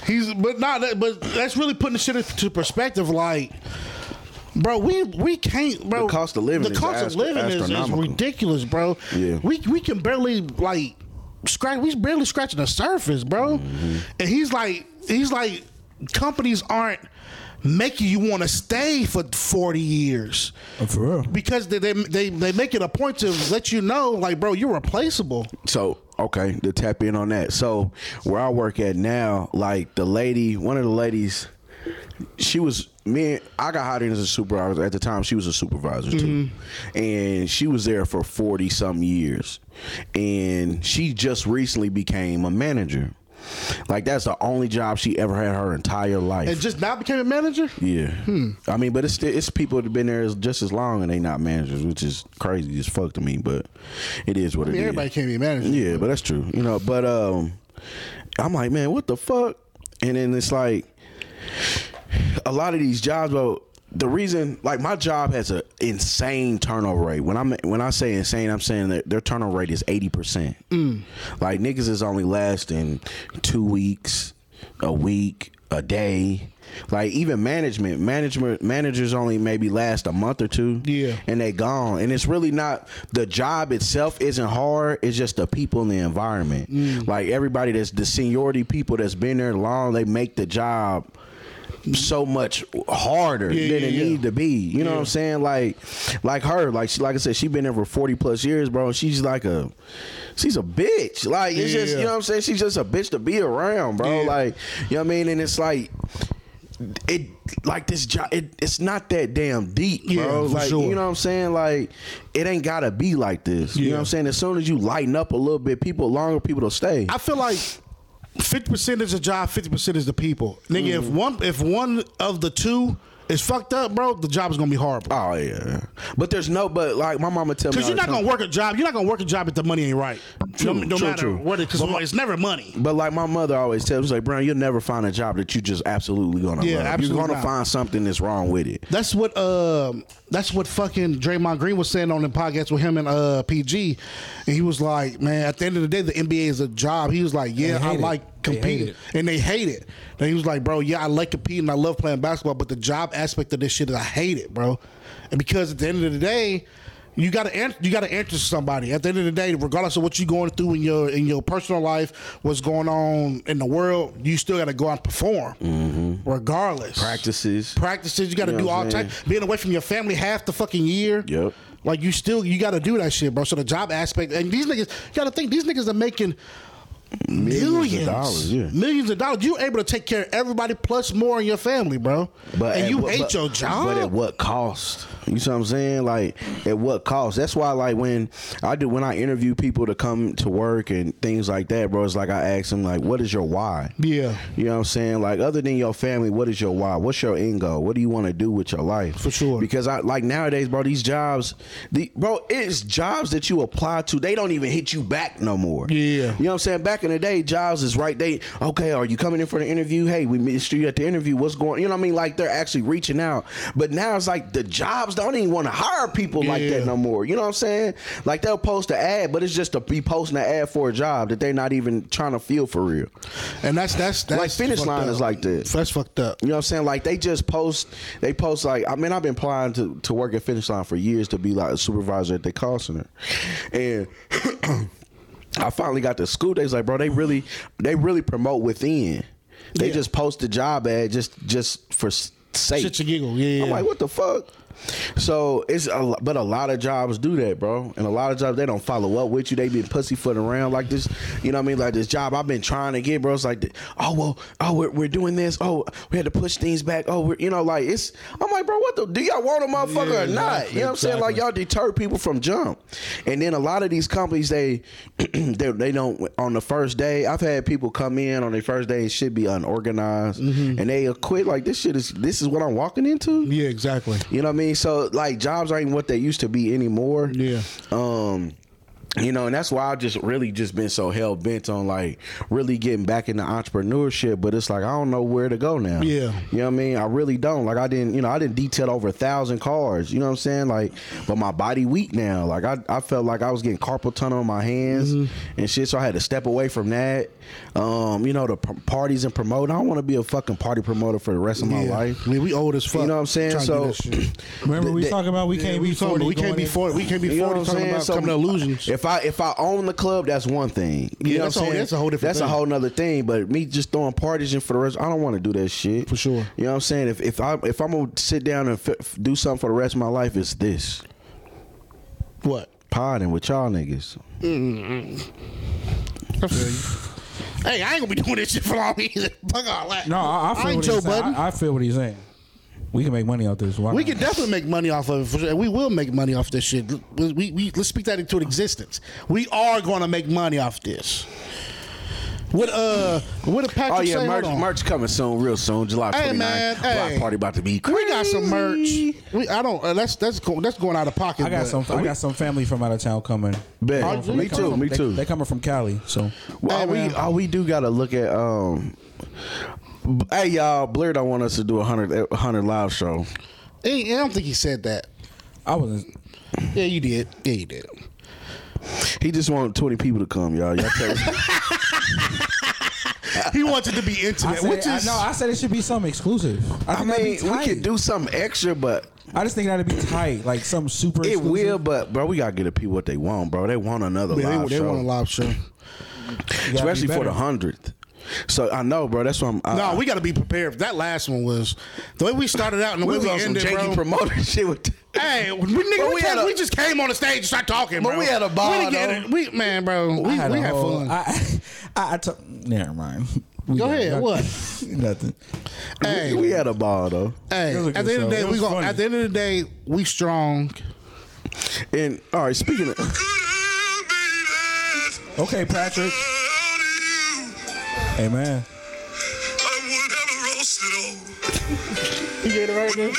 A: He's but not that, but that's really putting the shit into perspective. Like, bro, we we can't, bro.
D: The cost of living
A: the
D: is
A: cost of
D: astro-
A: living is, is
D: astronomical.
A: ridiculous, bro.
D: Yeah.
A: we we can barely like scratch. We barely scratching the surface, bro.
D: Mm-hmm.
A: And he's like, he's like, companies aren't making you want to stay for forty years
E: For real.
A: because they, they they they make it a point to let you know, like, bro, you're replaceable.
D: So okay, to tap in on that. So where I work at now, like the lady, one of the ladies, she was me. and- I got hired in as a supervisor at the time. She was a supervisor too,
A: Mm-hmm.
D: and she was there for forty some years, and she just recently became a manager. Like that's the only job she ever had her entire life.
A: And just Hmm. now became a manager.
D: Yeah, I mean, but it's still, it's people that have been there as- just as long and they not managers, which is crazy as fuck to me. But it is what
A: I
D: it
A: mean,
D: is.
A: everybody can't be a manager.
D: Yeah, but that's true. You know, but um, I'm like, man, what the fuck? and then it's like a lot of these jobs bro the reason like my job has an insane turnover rate when i'm when i say insane i'm saying that their turnover rate is 80% like niggas is only lasting two weeks a week a day like even management management managers only maybe last a month or two
A: Yeah.
D: and they gone and it's really not the job itself isn't hard it's just the people in the environment
A: Mm.
D: like everybody that's the seniority people that's been there long they make the job so much harder
A: Yeah,
D: than
A: yeah,
D: it
A: yeah.
D: need to be. You know what I'm saying? Like, like her, like she, like I said, she been there for 40 plus years, bro. She's like a, she's a bitch. Like it's just,
A: Yeah.
D: you know what I'm saying? She's just a bitch to be around, bro.
A: Yeah.
D: Like, you know what I mean? And it's like. It like this job. It, it's not that damn deep, bro.
A: Yeah, for
D: like
A: sure.
D: you know what I'm saying. Like it ain't gotta be like this. You know what I'm saying. As soon as you lighten up a little bit, people longer people to stay.
A: I feel like fifty percent is the job, fifty percent is the people. Nigga,
D: Mm.
A: if one if one of the two is fucked up, bro, the job is gonna be horrible.
D: oh yeah, but there's no. But like my mama tell me,
A: Because
D: all
A: you're
D: the
A: not
D: time-
A: gonna work a job. You're not gonna work a job if the money ain't right.
D: True,
A: no no
D: true,
A: matter
D: true.
A: what, because it's never money.
D: But like my mother always tells me, like Brown, you'll never find a job that you just absolutely gonna
A: Yeah,
D: love.
A: absolutely
D: You're gonna
A: not.
D: find something that's wrong with it.
A: That's what um that's what fucking Draymond Green was saying on the podcast with him and uh PG, and he was like, man, at the end of the day, the NBA is a job. He was like, yeah,
E: They
A: I
E: hate it.
A: like
E: They hate
A: competing,
E: it.
A: and they hate it. And he was like, bro, yeah, I like competing, I love playing basketball, but the job aspect of this shit, I hate it, bro. And because at the end of the day. You gotta answer. You gotta answer to somebody. At the end of the day, regardless of what you're going through in your in your personal life, what's going on in the world, you still gotta go out and perform,
E: Mm-hmm.
A: regardless.
D: Practices.
A: practices. You got to
D: You know
A: do
D: what
A: all
D: I'm
A: type. Being away from your family half the fucking year.
D: Yep.
A: Like you still you got to do that shit, bro. So the job aspect and these niggas, you got to think these niggas are making. Millions,
D: of dollars, yeah.
A: Millions of dollars. You able to take care of everybody plus more in your family, bro. and
D: at
A: you
D: what-
A: hate
D: but-
A: your job.
D: But at what cost? You see what I'm saying? Like at what cost? That's why like when I do when I interview people to come to work and things like that, bro, it's like I ask them like, what is your why?
A: Yeah.
D: You know what I'm saying? Like other than your family, what is your why? What's your end goal? What do you want to do with your life?
A: For sure.
D: Because I like nowadays, bro, these jobs, the bro, it's jobs that you apply to. They don't even hit you back no more.
A: Yeah.
D: You know what I'm saying? Back in the day, jobs is right. They okay, are you coming in for the interview? Hey, we missed you at the interview. What's going? You know what I mean? Like they're actually reaching out. But now it's like the jobs don't even want to hire people like
A: Yeah.
D: that no more. You know what I'm saying? Like they'll post an ad, but it's just to be posting an ad for a job that they're not even trying to feel for real.
A: and that's that's that's
D: Like, Finish
A: fucked
D: Line
A: up.
D: is like that.
A: That's fucked up.
D: You know what I'm saying? Like they just post, they post like I mean I've been applying to, to work at Finish Line for years to be like a supervisor at the call center, and I finally got to school days like bro they really they really promote within. They
A: Yeah.
D: just post the job ad just just for s- sake.
A: Shit to giggle. Yeah,
D: I'm
A: yeah.
D: like what the fuck. So it's a lo- but a lot of jobs do that, bro. And a lot of jobs they don't follow up with you. They been pussyfooting around like this. You know what I mean? Like this job I've been trying to get, bro. It's like, oh well, oh we're, we're doing this. Oh we had to push things back. Oh we're you know like it's. I'm like, bro, what the do y'all want a motherfucker
A: Yeah,
D: or not?
A: exactly,
D: you know what I'm saying? Like
A: exactly.
D: y'all y'all deter people from jump. And then a lot of these companies, they, <clears throat> they they don't on the first day. I've had people come in on their first day and should be unorganized, and they quit. Like this shit is this is what I'm walking into.
A: Yeah, exactly.
D: You know what I mean? So like jobs ain't what they used to be anymore.
A: Yeah.
D: Um you know, and that's why I've just really just been so hell bent on like really getting back into entrepreneurship, but it's like I don't know where to go now.
A: Yeah.
D: You know what I mean? I really don't. Like I didn't, you know, I didn't detail over a thousand cars. You know what I'm saying? Like, but my body weak now. Like I, I felt like I was getting carpal tunnel on my hands
A: Mm-hmm.
D: and shit. So I had to step away from that. Um, you know, the p- parties and promote. I don't want to be a fucking party promoter for the rest of my
A: yeah.
D: life.
A: I mean, we old as fuck.
D: You know what I'm saying?
A: Trying to do
D: So-
A: that shit.
F: Remember we
D: That-
F: talking about we can't
A: we
F: be
A: told
F: forty.
A: we can't
F: going
A: be
F: in-
A: forty. We can't be
D: You know what
A: forty
D: I'm
A: talking
D: saying?
A: about
D: So,
A: coming to illusions.
D: If I if I own the club, that's one thing. You
A: Yeah,
D: know
A: that's a whole-
D: what I'm saying?
A: that's a whole different
D: That's
A: thing.
D: a whole nother thing. But me just throwing parties in for the rest, I don't want to do that shit.
A: For sure.
D: You know what I'm saying? If if I if I'm gonna sit down and f- do something for the rest of my life, it's this
A: what?
D: podding with y'all niggas.
A: Hey, I ain't gonna be doing this shit for long either. <laughs> Fuck all that.
E: No, I, I feel
A: ain't
E: what
A: Joe
E: he's saying.
A: Budden.
E: I, I feel what he's saying. We can make money off this. Why
A: we
E: not?
A: can definitely make money off of it. For sure. We will make money off this shit. We, we, we- let's speak that into existence. We are going to make money off this. What uh? What a package
D: Oh yeah,
A: say?
D: merch
A: Hold on.
D: merch coming soon, real soon, July 29th.
A: Hey, man,
D: Block
A: hey.
D: party about to be. Crazy.
A: We got some merch. We I don't. Uh, that's that's go, that's going out of pocket.
E: I got
A: but-
E: some. I got some family from out of town coming.
D: Bet.
E: Coming from-
D: Me
E: they coming
D: too,
E: from-
D: me
E: they-
D: too.
E: They coming from Cali, so
D: Well,
A: Hey,
D: all we
A: man.
D: all we do gotta look at um B- Hey y'all, Blair don't want us to do a hundred a hundred live show.
A: Hey, I don't think he said that.
E: I wasn't.
A: Yeah, you did. Yeah, you did.
D: He just wanted twenty people to come, y'all. Y'all tell
E: <laughs>
A: He wanted to be
E: I
A: intimate,
E: said,
A: which is
E: I, no, I said it should be something exclusive. I,
D: I
E: think that'd be
D: mean, we
E: tight.
D: could do something extra, but
E: I just think that'd be tight, like some super.
D: it
E: exclusive.
D: will. But bro, we gotta get the people what they want, bro. They want another
A: Yeah,
D: live
A: they, they
D: show,
A: want a live show.
E: You gotta be
D: especially for
E: better.
D: the hundredth. So I know, bro. That's why I'm. I,
A: No, we got to be prepared. That last one was the way we started out and the
D: we
A: way
D: was
A: we
D: on some
A: ended,
D: janky <laughs>
A: bro.
D: promoter shit with.
A: Hey, we, nigga,
D: But
A: we,
D: we
A: came-
D: had a-
A: we just came on the stage and started talking,
D: But
A: bro.
D: we had a ball,
A: We, didn't get
D: though.
A: it. we man, bro, we,
E: I had,
A: we
E: a
A: had
E: whole-
A: fun.
E: I, <laughs> I, I took. Never mind. <laughs> We
A: Go
E: got-
A: ahead. What?
E: <laughs> Nothing.
A: Hey,
D: We had a ball though,
A: hey.
E: It was a
A: At the end of
E: good show.
A: the day,
E: It
A: we
E: was
A: going
E: funny.
A: At the end of the day, we strong.
D: and all right. Speaking of,
E: Okay, Patrick. Hey man.
D: <laughs> you get it right there.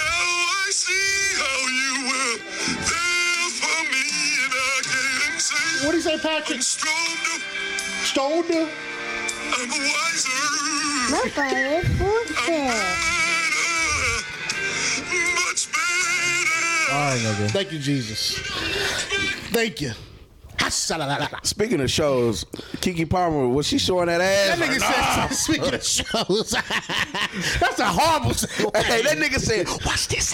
A: What do you say, Patrick? Stoned.
E: All right, nigga.
A: Thank you, Jesus. Thank you. Ha-sa-la-la-la-la.
D: Speaking of shows, Kiki Palmer was she showing that
A: That
D: ass?
A: nigga said, speaking of shows, <laughs> that's a horrible segue.
D: hey, that nigga said, "Watch this."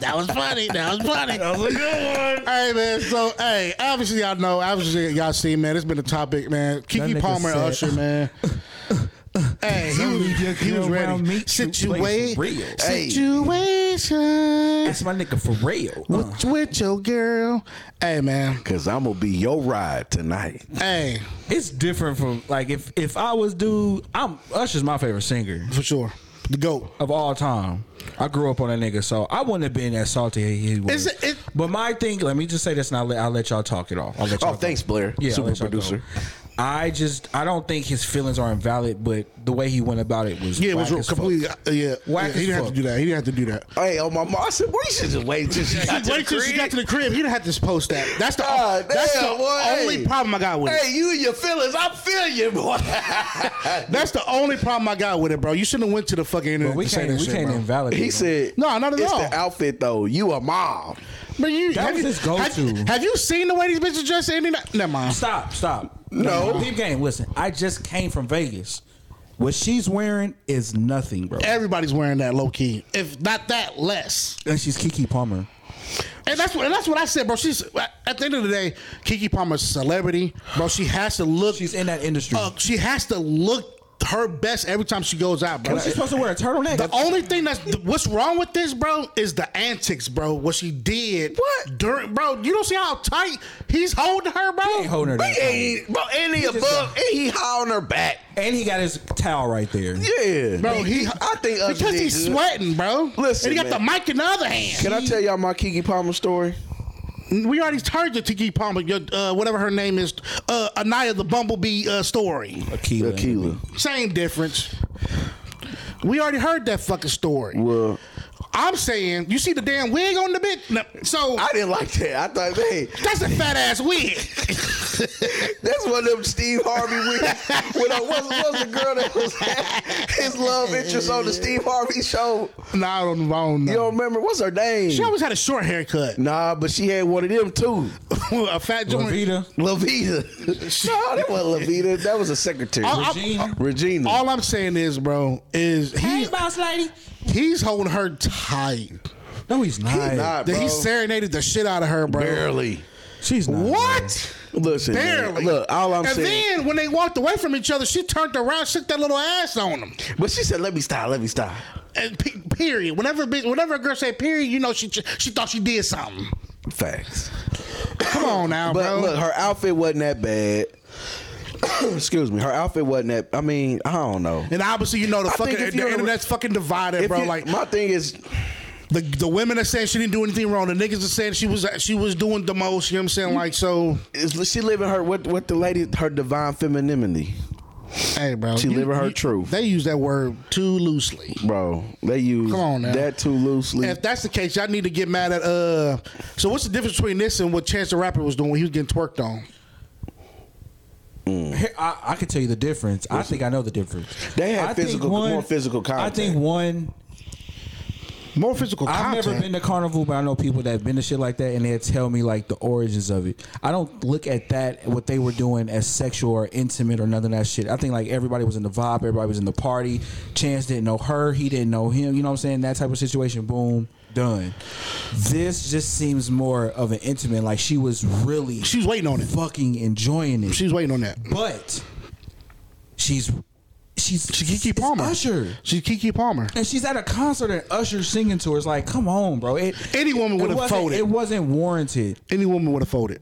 A: that was funny. That was funny. That was a good one. Hey man, so hey, obviously y'all know, obviously y'all seen, man. It's been a topic, man. Kiki
E: nigga
A: Palmer,
E: said-
A: Usher, man. hey, he
E: Don't leave your
A: was, he was
E: girl
A: ready.
E: around me. Situation real.
A: Situation,
E: uh,
D: Hey.
A: situation
E: That's my nigga for real. Uh,
A: with, with your girl. Hey man,
D: Cause I'm gonna be your ride tonight.
A: hey
E: it's different from like if if I was dude, I'm Usher's my favorite singer
A: for sure, the goat.
E: of all time. I grew up on that nigga, so I wouldn't have been as salty as he was.
A: Is it- it-
E: but my thing, let me just say this, and I'll let, I'll let y'all talk it off. I'll let y'all
D: Oh,
E: go.
D: thanks, Blair,
E: Yeah, I'll
D: super
E: let y'all go.
D: producer.
E: I just I don't think his feelings are invalid, but the way he went about it was
A: Yeah, it was
E: whack as fuck.
A: completely. Uh, yeah, yeah, he
E: Whack as
A: didn't have
E: fuck.
A: to do that. He didn't have to do that.
D: Hey, oh my mom, I said, "What? You should just wait till she got to the
A: Wait till she
D: crib."
A: got to the crib. He didn't have to post that. That's the
D: Ah,
A: that's
D: damn,
A: the
D: boy,
A: only
D: hey.
A: problem I got with it.
D: Hey, you and your feelings, I feel you,
A: <laughs>
D: boy. <laughs>
A: That's the only problem I got with it, bro. You shouldn't have went to the fucking internet
E: But we
A: to say
E: can't
A: that
E: we
A: shit,
E: can't
A: bro.
E: invalidate.
D: he
E: him.
D: said,
A: No, not at
D: it's
A: all.
D: the outfit though. You a mom.
A: But you,
E: That
A: have
E: was
A: you,
E: his go-to.
A: Have, have you seen the way these bitches dress? Any night? Never mind.
E: Stop, stop.
D: No.
E: Peep game, listen. I just came from Vegas. What she's wearing is nothing, bro.
A: Everybody's wearing that low key, if not that less.
E: And she's Kiki Palmer.
A: And that's what and that's what I said, bro. She's at the end of the day, Kiki Palmer's a celebrity, bro. She has to look.
E: She's in that industry.
A: uh, she has to look her best every time she goes out, bro.
E: What's she supposed to wear? A turtleneck?
A: The only thing that's th- what's wrong with this, bro, is the antics, bro. What she did,
D: What?
A: during, bro? You don't see how tight he's holding her, bro.
E: He ain't holding her
D: But
E: down.
D: he ain't, bro, and he,
E: just
D: above, and he high on her back.
E: And he got his towel right there.
D: Yeah,
A: Bro, he.
D: I think Usher
A: because
D: did
A: he's
D: good.
A: sweating, bro.
D: Listen,
A: and he got
D: man.
A: the mic in the other hand.
D: Can I tell y'all my Kiki Palmer story?
A: we already heard the Tiki Palmer, your, uh, whatever her name is, uh, Anaya the Bumblebee uh, story.
E: Akilah.
D: Akilah.
A: Same difference. We already heard that fucking story.
D: Well,
A: I'm saying, you see the damn wig on the bitch. No, So
D: I didn't like that. I thought, hey, <laughs>
A: that's a fat ass wig.
D: that's one of them Steve Harvey
A: <laughs>
D: with, with uh, what's, what's the girl that was <laughs> his love interest on the Steve Harvey show?
A: nah, I don't, I don't know.
D: You don't remember? What's her name?
A: She always had a short haircut.
D: nah, but she had one of them
A: <laughs>
D: too.
A: a fat joint.
E: Levita.
D: Levita. no, that wasn't Levita. That was a secretary.
A: All, I-
E: Regina.
D: Regina.
A: all I'm saying is, bro, is he
E: boss lady.
A: he's holding her tight.
E: No, he's not.
D: not,
A: That
D: bro.
A: He serenaded the shit out of her, bro.
D: Barely.
E: She's not.
A: What?
D: Listen, man,
A: Barely.
D: look, all I'm
A: and
D: saying.
A: then when they walked away from each other, she turned around, shook that little ass on him.
D: but she said, "Let me stop. Let me stop."
A: And pe- period. Whenever a bitch, whenever a girl said period, you know she she thought she did something.
D: Facts.
A: Come on now,
D: But
A: bro.
D: look, her outfit wasn't that bad. <coughs> Excuse me, her outfit wasn't that. I mean, I don't know.
A: and obviously, you know the
D: I think
A: fucking
D: if
A: the
D: you're-
A: internet's fucking divided,
D: If
A: bro.
D: you-
A: like
D: my thing is,
A: the the women are saying she didn't do anything wrong. The niggas are saying she was she was doing the most. You know what I'm saying? Like so,
D: is she living her what? What the lady? Her divine femininity,
A: hey, bro.
D: She living her truth.
A: They use that word too loosely.
D: bro. They use
A: Come on now.
D: that too loosely.
A: If that's the case, y'all need to get mad at. uh So what's the difference between this and what Chance the Rapper was doing when he was getting twerked on?
E: here- I, I can tell you the difference. I think I know the difference.
D: They had
E: I think
D: physical- more physical
E: I think
D: contact.
E: one.
A: More physical
E: I've
A: contact.
E: never been to carnival, but I know people that have been to shit like that, and they tell me like the origins of it. I don't look at that what they were doing as sexual or intimate or none of that shit. I think like everybody was in the vibe, everybody was in the party. Chance didn't know her, he didn't know him. You know what I'm saying? That type of situation. Boom, done. This just seems more of an intimate. Like she was really,
A: She was waiting on it.
E: fucking enjoying it.
A: She was waiting on that.
E: but she's she's
A: She's Kiki
E: it's
A: Palmer.
E: Usher.
A: She's Kiki Palmer.
E: And she's at a concert and Usher singing to her. It's like, come on, bro. It,
A: Any woman
E: it
A: would've
E: wasn't-
A: folded.
E: It wasn't warranted.
A: Any woman would have folded.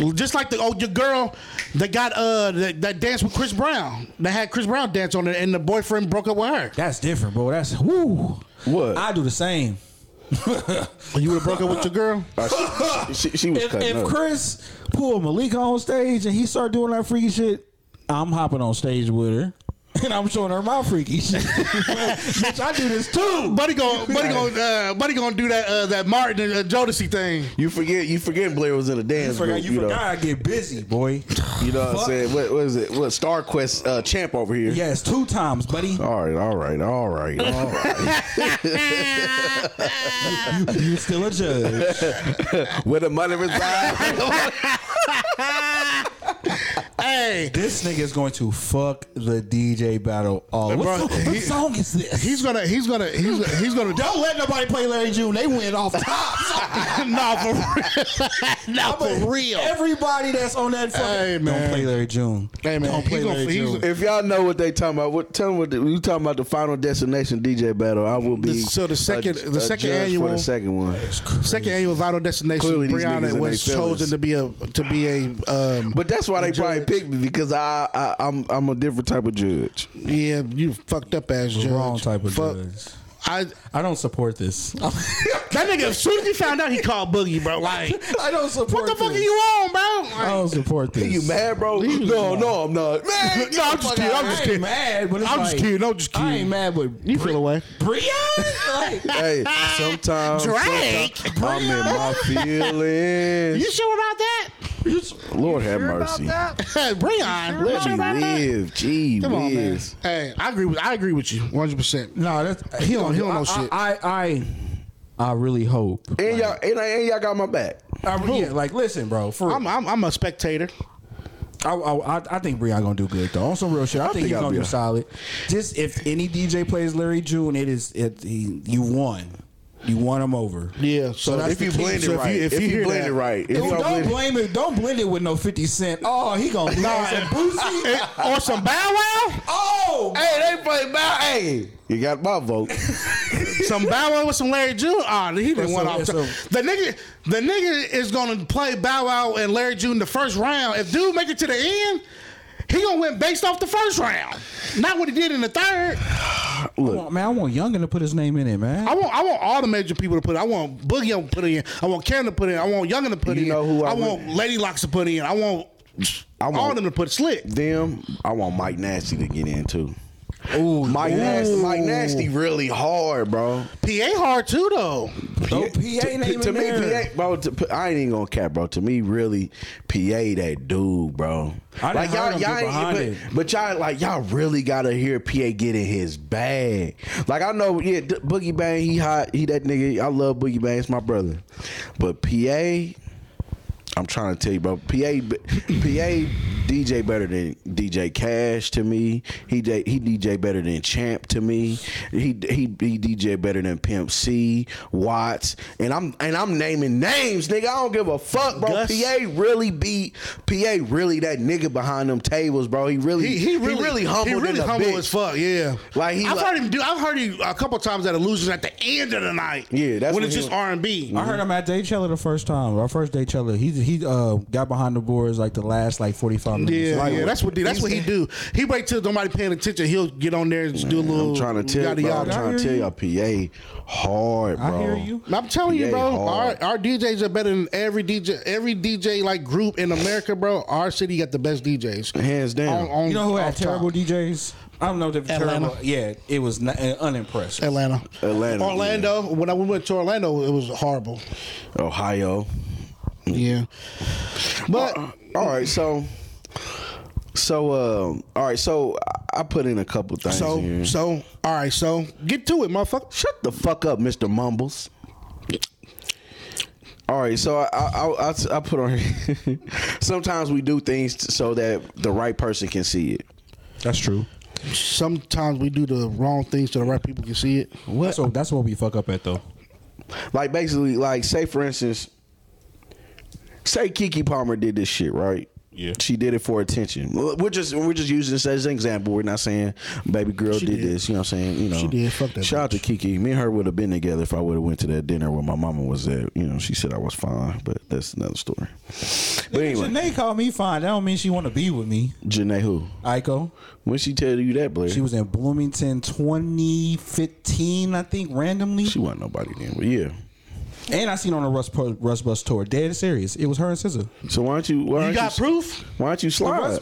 A: Well, Just like the oh your girl that got uh that, that danced with Chris Brown that had Chris Brown dance on it and the boyfriend broke up with her.
E: That's different, bro. That's woo.
D: What?
E: I do the same.
A: You would have broke up with your girl.
D: Uh, she, she, she was
E: If,
D: cutting
E: if
D: up.
E: Chris pulled Malika on stage and he started doing that freaky shit, I'm hopping on stage with her. <laughs> And I'm showing her my freaky shit. <laughs> Bitch, I do this too.
A: Buddy going buddy going uh, buddy going do that uh, that Martin and uh, Jodeci thing.
D: you forget, you forget Blair was in a
E: You
D: dance
E: forgot,
D: group.
E: you
D: You,
E: forgot I get busy, boy.
D: know, you know what I'm saying? What, what is it? What Star Quest uh, champ over here?
E: Yes, two times,
A: <laughs>
E: buddy.
D: All right, all right, all right, all right.
E: You, you still a judge.
D: Where the money resides?
A: Hey,
E: This nigga is going to fuck the DJ battle all. What,
A: Bro,
E: song, what
A: he-
E: song is this?
A: he's gonna he's gonna he's he's gonna
F: Don't let nobody play Larry June. They win off top.
A: <laughs> nah for real. nah for real.
E: Everybody that's on that fucking
A: Hey, man.
E: don't play Larry June.
A: Hey, man,
E: don't
A: he
E: play
A: gonna-
E: Larry
A: he's
E: June.
A: gonna-
D: if y'all know what they talking about, what, tell them what the, you talking about the Final Destination DJ battle. I will be
A: The- so the
D: a-
A: second- the
D: a
A: second
D: judge
A: annual-
D: for the second one.
A: Second annual vital destination.
D: Clearly these niggas
A: Brianna
D: in
A: was
D: they feelings.
A: chosen to be a to be a um,
D: But that's why they probably
A: Judge.
D: picked me because I, I I'm I'm a different type of judge.
A: yeah you fucked up ass judge.
E: Wrong type of
A: Fuck-
E: judge.
A: I
E: I don't support this. <laughs>
A: that nigga as soon as he found out he called Boogie bro like
E: I don't support.
A: what the fuck are
E: this.
A: you on bro
E: I
A: Like,
E: don't support this.
D: You mad, bro? No, no, I'm not. Man,
A: <laughs>
D: <laughs>
A: no I'm just kidding I'm just
E: I ain't
A: kidding
E: mad, but it's
A: I'm just
E: like,
A: kidding I'm just kidding
E: I ain't mad, but
A: you feel away
E: <laughs> Brianna, like,
D: hey, sometimes,
A: Drake.
D: sometimes I'm in my feelings.
A: you sure about that
D: Lord have mercy.
A: hey <laughs> Brian you
D: Let
A: sure
D: me
A: about that?
D: live. Gee
A: come on man
D: whiz.
A: hey I agree with I agree with you 100 percent
E: no, that's
A: He don't- he don't know
E: I,
A: shit.
E: I, I, I, I really hope.
D: And y'all and, I- and y'all got my back.
E: I, yeah, like listen, bro. For
A: I'm, I'm I'm a spectator
E: I, I, I- I think Breon gonna do good though. On some real shit, I, think,
D: think
E: he's
D: I'll
E: gonna
D: be
E: do
D: all-
E: solid. Just if any DJ plays Larry June, it is it. He, you won. You won him over.
A: yeah so that's
D: if you
A: the key.
D: blend it
A: So
D: right, if you,
A: hear
D: blend
A: that-
D: it right, if
E: Don't,
D: you
E: don't
D: blend it-
E: blame it. Don't blend it with no Fifty Cent. Oh, he gonna nah,
A: Nah,
E: some
A: and-
D: <laughs>
E: boozy.
A: Eh, or some Bow Wow
E: Oh,
D: Hey, they play about. Hey, you got my vote.
A: some Bow Wow with some Larry June. Ah, he
E: That's
A: didn't want
E: a-
A: off.
E: that's a-
A: The nigga, the nigga is gonna play Bow Wow and Larry June the first round. If dude make it to the end, he gonna win based off the first round, not what he did in the third.
E: I want- man, I want Youngin to put his name in it, man.
A: I want, I want all the major people to put. in. I want Boogie to put in. I want Cam to put in. I want Youngin to put
D: You
A: in.
D: know who I
A: want
D: would-
A: Lady Locks to put in. I want,
D: I want-
A: all of them to put slick.
D: Them, I want Mike Nasty to get in too.
E: Ooh,
D: Mike
E: ooh.
D: Nasty, Mike Nasty, really hard, bro.
A: PA hard too though.
E: Throw
D: Yeah,
E: PA
D: to,
E: name
D: to
E: in
D: me,
E: there.
D: PA, bro. to- I ain't even gonna cap, bro. To me, really, PA that dude, bro.
E: I done heard him get behind
D: ain't-
E: it.
D: but, but y'all like y'all really gotta hear PA get in his bag. Like I know, yeah, D- Boogie Bang, he hot, he that nigga. I love Boogie Bang, it's my brother. But PA, I'm trying to tell you, bro. PA, b- PA DJ better than DJ Cash to me. He d- he DJ better than Champ to me. He d- he, he DJ better than Pimp C Watts. And I'm and I'm naming names, nigga. I don't give a fuck, bro.
A: Gus.
D: PA really beat PA really that nigga behind them tables, bro. He really
A: He, he really,
D: humble.
A: He really humble as fuck. Yeah,
D: Like, he
A: I've
D: like-
A: heard him do. I've heard him a couple times at illusions at the end of the night.
D: Yeah, that's
A: when,
D: when
A: it's
D: he
A: just
D: was- Mm.
A: R and B.
E: I heard him at Daychella the first time. Our first Daychella, he he uh, got behind the boards like the last like forty five minutes.
A: Yeah,
E: Like,
A: yeah, that's what that's what he do. He wait till nobody paying attention. He'll get on there and just do a little.
D: I'm trying to tell
A: yada,
D: you, I'm
A: yada.
D: trying to tell y'all, PA hard,
E: I
D: bro.
E: hear you.
A: I'm telling you,
D: Yeah,
A: bro. Our,
D: hard.
A: our DJs are better than every DJ, every DJ like group in America, bro. Our city got the best DJs,
D: Hands down.
A: On- on-
E: You know who had
A: off top.
E: terrible DJs? I don't know if they're
A: Atlanta.
E: terrible. Yeah, it was not, uh, unimpressive.
A: Atlanta,
D: Atlanta,
A: Orlando. When I went to Orlando, it was horrible.
D: Ohio.
A: Yeah, but
D: uh, All right, so So, um, all right. So I- I put in a couple things.
A: So,
D: here.
A: so, all right, so get to it, motherfucker.
D: Shut the fuck up, Mister Mumbles. All right, so I I, I, I put on. here- <laughs> Sometimes we do things t- so that the right person can see it.
E: That's true.
A: Sometimes we do the wrong things so the right people can see it.
E: That's what, that's what we fuck up at though.
D: Like basically, like say for instance, say Kiki Palmer did this shit, right?
B: Yeah.
D: she did it for attention. We're we're just we're just using this as an example. We're not saying baby girl did,
A: did.
D: this. You know what I'm saying? You know,
A: She did. Fuck that
D: Shout out to Kiki. Me and her would have been together if I would have went to that dinner where my mama was at. You know, she said I was fine, but that's another story. But anyway,
E: Janae called me fine. That don't mean she want to be with me.
D: Janae, who
E: Iko.
D: when she tell you that, Blair,
E: She was in Bloomington 2015, I think, randomly.
D: she wasn't nobody then. But yeah.
E: And I seen her on a Rust, Po- Rust Bus tour. Dead serious. It was her and SZA.
D: So why don't you? Why
A: You
D: aren't
A: got proof?
D: Why don't you slide?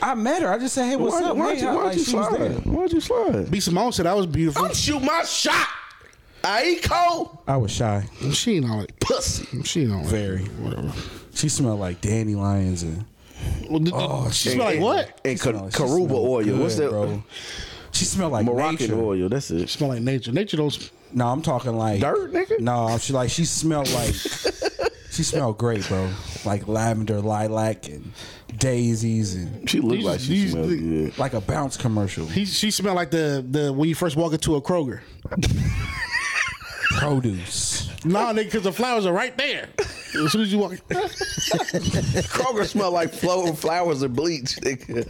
E: I met her. I just said, hey, what's
D: Why,
E: up?
D: why,
E: hey,
D: don't you,
E: I-
D: why
E: like,
D: don't you
E: she was
D: slide?
E: there.
D: Why don't you slide?
A: B. Simone said I was beautiful.
D: shoot my shot. Aiko
E: I was shy.
A: She ain't all like
D: pussy.
A: She ain't all like
E: Very.
A: Whatever.
E: She smelled like dandelions and
A: oh, she
D: And-
A: smell like
D: and-
A: what?
D: And
E: She
D: ca-
E: smelled- she
D: Karuba
E: smelled
D: oil.
E: good,
D: What's that?
E: Bro. She smelled like
D: Moroccan
E: nature.
D: oil. That's it.
A: Smell like nature. Nature those.
E: No, I'm talking like
D: Dirt, nigga?
E: No, she like she smelled
D: <laughs>
E: like she smelled great, bro. Like lavender, lilac, and daisies, and
D: She looked
A: These-
D: like she
A: these-
D: smelled
A: the-
D: good.
E: like a bounce commercial.
A: He, she smell like the the when you first walk into a Kroger.
E: Produce.
A: Nah, nigga, because the flowers are right there. As soon as you walk, <laughs>
D: Kroger smelled like flowing flowers and bleach. nigga.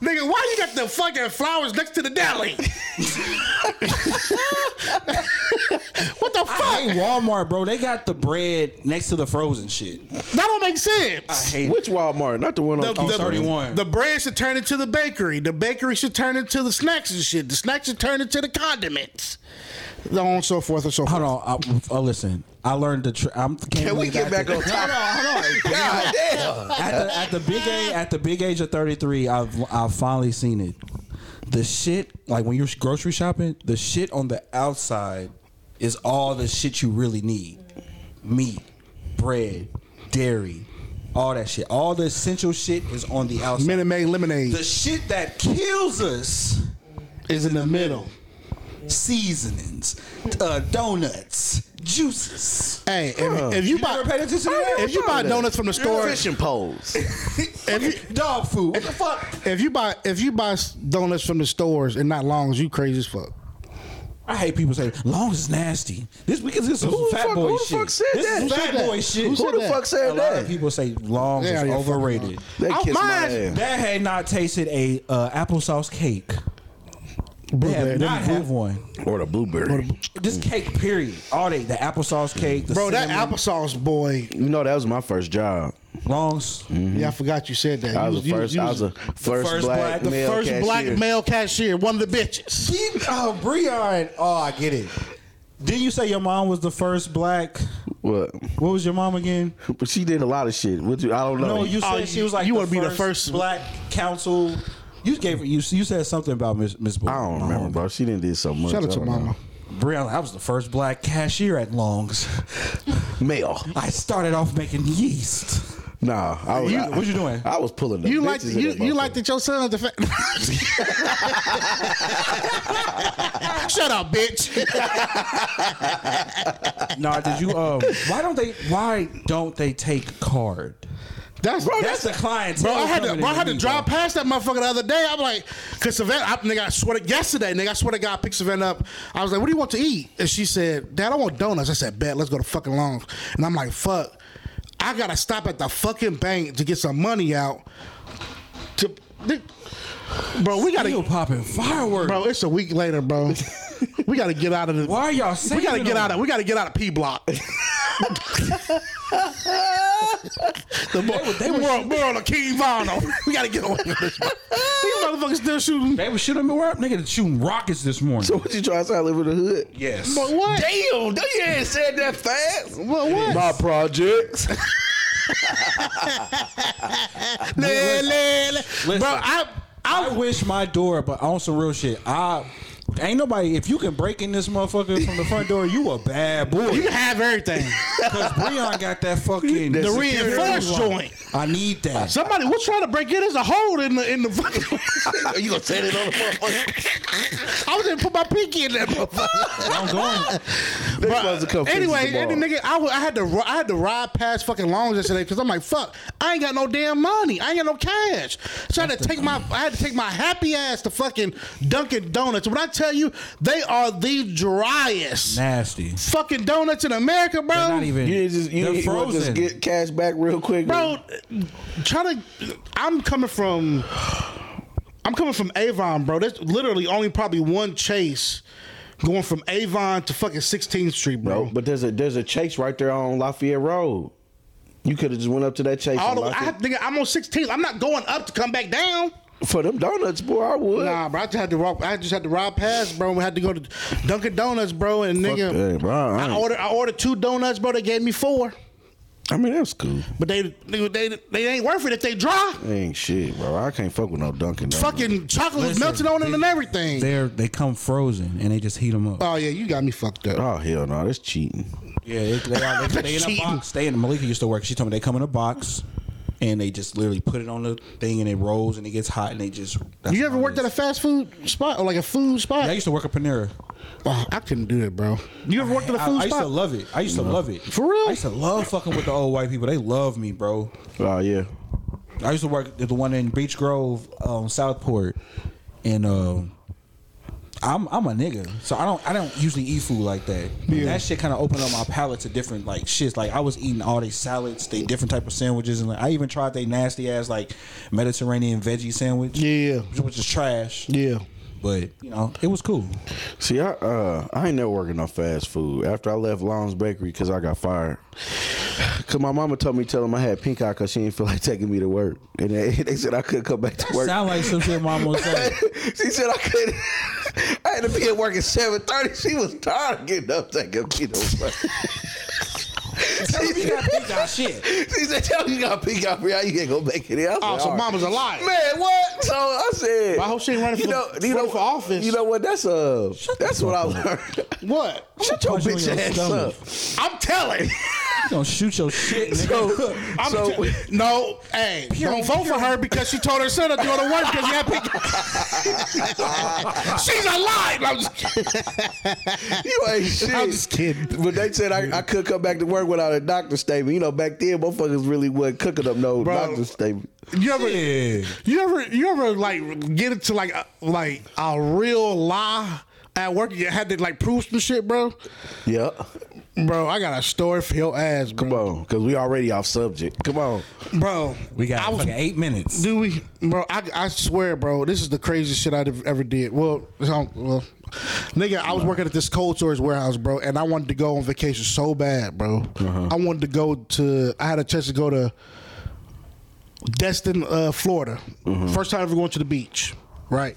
A: nigga, why you got the fucking flowers next to the deli? <laughs> what the
E: I hate
A: fuck?
E: Walmart, bro. They got the bread next to the frozen shit.
A: That don't make sense.
E: I hate Oh, it.
D: Which Walmart? Not the one on
E: the- 31.
A: The bread should turn into the bakery. The bakery should turn into the snacks and shit. The snacks should turn into the condiments. So on and so forth and so forth.
E: Hold on, I, uh, listen. I learned the. Tr- I'm, can't
D: Can we
E: believe
D: get
E: I
D: back
E: did- <laughs>
D: on top? <laughs> God damn.
E: at the, at the big age at the big age of 33 I've I've finally seen it the shit like when you're grocery shopping the shit on the outside is all the shit you really need meat bread dairy all that shit all the essential shit is on the outside
A: Minute Maid lemonade
E: the shit that kills us
A: is in the middle.
E: seasonings uh, donuts juices
A: Hey, if, if you buy
E: never paid attention to that?
A: if you buy donuts from the store,
D: Fishing poles.
E: Fucking dog food what the fuck
A: if you buy if you buy s- donuts from the stores and not longs, you crazy as fuck.
E: I hate people say long is nasty. This because this is
D: Who the
E: fat
D: fuck-
E: boy
D: who the
E: shit.
D: fuck said
E: this is
D: that? Who
E: fat
A: said
E: boy
A: that?
E: shit.
A: Who
D: Who the
A: that?
D: fuck
E: a
D: said
E: lot of
D: that?
E: people say longs
A: Yeah,
E: is
A: you're
E: overrated.
D: They
A: Oh,
D: kissed my
A: mine-
D: ass.
E: That had not tasted a uh, applesauce cake. They
A: Blueberry.
E: have not had one.
D: Or the blueberry.
E: This cake, period. All they the applesauce cake, the
A: Bro, that
E: cinnamon,
A: applesauce boy.
D: You know that was my first job.
E: longs.
A: Yeah, I forgot you said that.
D: Mm-hmm. I
A: You
D: was the
A: you
D: first.
A: you
D: I was a first,
E: first
D: black,
E: black- the
D: male
A: first
D: cashier.
A: black male cashier, one of the bitches.
E: Keep- oh, Breon. Oh, I get it. Didn't you say your mom was the first black?
D: What? <laughs>
E: What was your mom again?
D: But she did a lot of shit. What you, I don't know.
E: No, you
A: Oh,
E: said she was like
A: you
E: the
A: wanna be the first-
E: black council. You gave you you said something about Miss Miss.
D: I don't remember, bro. She didn't did so much.
A: Shout out
D: I
A: to
D: don't
A: mama.
E: Brianna, I was the first black cashier
A: <laughs>
E: at Longs.
D: know. Male.
E: I started off making yeast.
D: Nah. I was,
E: You-
D: I-
E: what you doing?
D: I was pulling. the
A: You like
D: bitches in
A: you
D: that
A: you
D: motherfucker.
A: like that your son's the
D: <laughs>
A: fa- Shut up, bitch.
E: Nah, did you? Um, <laughs> why don't they? Why don't they take card?
A: That's bro.
E: That's the clientele.
A: Bro, I had to,
E: coming
A: bro, I
E: in
A: had to
E: me,
A: drive
E: bro.
A: past that motherfucker the other day. I'm like, cause Savannah, I, nigga, I swear to yesterday, nigga, I swear to God, I picked Savannah up. I was like, what do you want to eat? And she said, Dad, I want donuts. I said, Bet, let's go to fucking Longs. And I'm like, fuck, I gotta stop at the fucking bank to get some money out. To, th- bro, we
E: Still
A: gotta,
E: popping fireworks.
A: bro, it's a week later,
E: <laughs>
A: bro. we gotta get out of the.
E: Why are y'all
A: We
E: saving
A: gotta get
E: them?
A: out of. We gotta get out of P block. <laughs> the more,
E: were- they were
A: more, more on the King Vano. <laughs> We gotta get away from this. These motherfuckers still shooting.
E: They were shooting me up, nigga. Shooting rockets this morning.
D: So what you trying to say? I live in the hood.
E: yes.
A: But what?
D: <laughs> Damn, you ain't said that fast.
A: But what?
D: My projects.
A: Le- le- le-
E: Listen.
A: Bro, I,
E: I wish my door, but on some real shit, I ain't nobody. If you can break in this motherfucker from the front door, you a bad boy.
A: <laughs> you have everything.
E: Because Breon got that fucking
A: The reinforced joint.
E: I need that.
A: Somebody, what's trying to break in? There's a hole in the <laughs> in the fucking.
D: Are <laughs> you gonna set it on the motherfucker?
A: I was gonna put my pinky
E: <laughs>
A: in that motherfucker.
E: I'm going.
D: They supposed to come fix
A: Anyway,
D: the
A: any
D: ball.
A: nigga, I, wa- I had to ri- I had to ride past fucking Longs yesterday because I'm like, fuck, I ain't got no damn money, I ain't got no cash, so I had to take my I had to take my happy ass to fucking Dunkin' Donuts. When I tell you, they are the driest
E: Nasty.
A: fucking donuts in America, bro.
E: They're not even.
D: You just you,
E: they're
D: you wanna
E: frozen.
D: just get cash back real quick,
A: bro. Try to. I'm coming from. I'm coming from Avon, bro. There's literally only probably one chase going from Avon to fucking 16th Street, bro.
D: No, but there's a there's a chase right there on Lafayette Road. You could have just went up to that chase
A: All
D: on
A: the way, I,
D: Lafayette.
A: nigga, I'm on 16th. I'm not going up to come back down.
D: for them donuts, boy. I would.
A: Nah, bro. I just had to walk. I just had to ride past, bro. We had to go to Dunkin' Donuts, bro. And nigga,
D: that, bro. I
A: I
D: ain't-
A: ordered. I ordered two donuts, bro. They gave me four,
D: I mean that's cool.
A: but they nigga, they they ain't worth it if they dry.
D: Ain't shit, bro. I can't fuck with no Dunkin' Donuts.
A: Fucking chocolate was
E: Listen,
A: melted on it
E: they-
A: and everything.
E: They're they come frozen and they just heat them up.
A: oh yeah, you got me fucked up.
D: Oh hell no, that's cheating.
E: yeah, it, they, are, they,
A: <laughs>
E: they in a
A: Cheating.
E: box. They in Malika used to work. She told me they come in a box and they just literally put it on the thing and it rolls and it gets hot and they just. that's
A: you ever
E: how it
A: worked at
E: is.
A: a fast food spot or like a food spot?
E: Yeah, I used to work at Panera.
A: Oh, I couldn't do that, bro. You ever worked at a
E: I,
A: food
E: I used to
A: spot?
E: love it. I used to love it.
A: For real?
E: I used to love fucking with the old white people. They love me, bro.
D: Oh yeah.
E: I used to work at the one in Beach Grove on Southport, and um, I'm I'm a nigga, so I don't I don't usually eat food like that. That shit kind of opened up my palate to different like shits. Like I was eating all these salads, they different type of sandwiches, and like, I even tried they nasty ass like Mediterranean veggie sandwich.
A: Yeah.
E: which, which is trash.
A: yeah.
E: But you know it was cool.
D: See, I uh, I ain't never working on fast food. After I left Long's Bakery, cause I got fired. Cause my mama told me tell him I had pink eye, cause she didn't feel like taking me to work, and they, <laughs> they said I couldn't come back to work. <laughs>
E: Sound like some shit mama was saying.
D: she said I couldn't. <laughs> I had to be at work at seven thirty. She was tired of getting up taking me to work. <laughs>
E: you got pink eye shit.
D: She said, "Tell me you got pink eye, bro. You can't go make it." in." I was
A: Oh,
D: like,
A: so
D: "All right."
A: mama's a liar.
D: Man, what? So I said,
A: I hope she ain't running
D: you
A: for-
D: know, you know,
A: running for office.
D: You know what? That's uh, that's what I learned. <laughs>
A: What?
D: Shut your
E: Punch you in
D: bitch
E: your
D: ass
E: stomach.
D: up. I'm telling.
E: You gonna shoot your shit. Nigga.
D: So,
A: <laughs>
D: <laughs>
A: I'm
D: so
A: t- no, hey, don't vote for her because she told her son to go to work because he had pink. <laughs> She's a liar. I'm just kidding.
D: you ain't <laughs> shit.
A: I'm just kidding.
D: But they said I, I could come back to work without a doctor statement. You know, back then, motherfuckers really wasn't cooking up no
A: Bro.
D: doctor statement.
A: You ever,
E: Yeah.
A: you ever, you ever like get into like a, like a real lie at work? You had to like prove some shit, bro.
D: Yeah.
A: Bro, I got a story for your ass, bro.
D: Come on, because we already off subject. Come on.
A: Bro,
E: We got
A: I was-
E: fucking eight minutes.
A: Do we, bro? I, I swear, bro. This is the craziest shit I ever did. Well, it's on- well, nigga, I was working at this cold storage warehouse, bro, and I wanted to go on vacation so bad, bro. I wanted to go to. I had a chance to go to Destin, uh, Florida. First time ever going to the beach, right?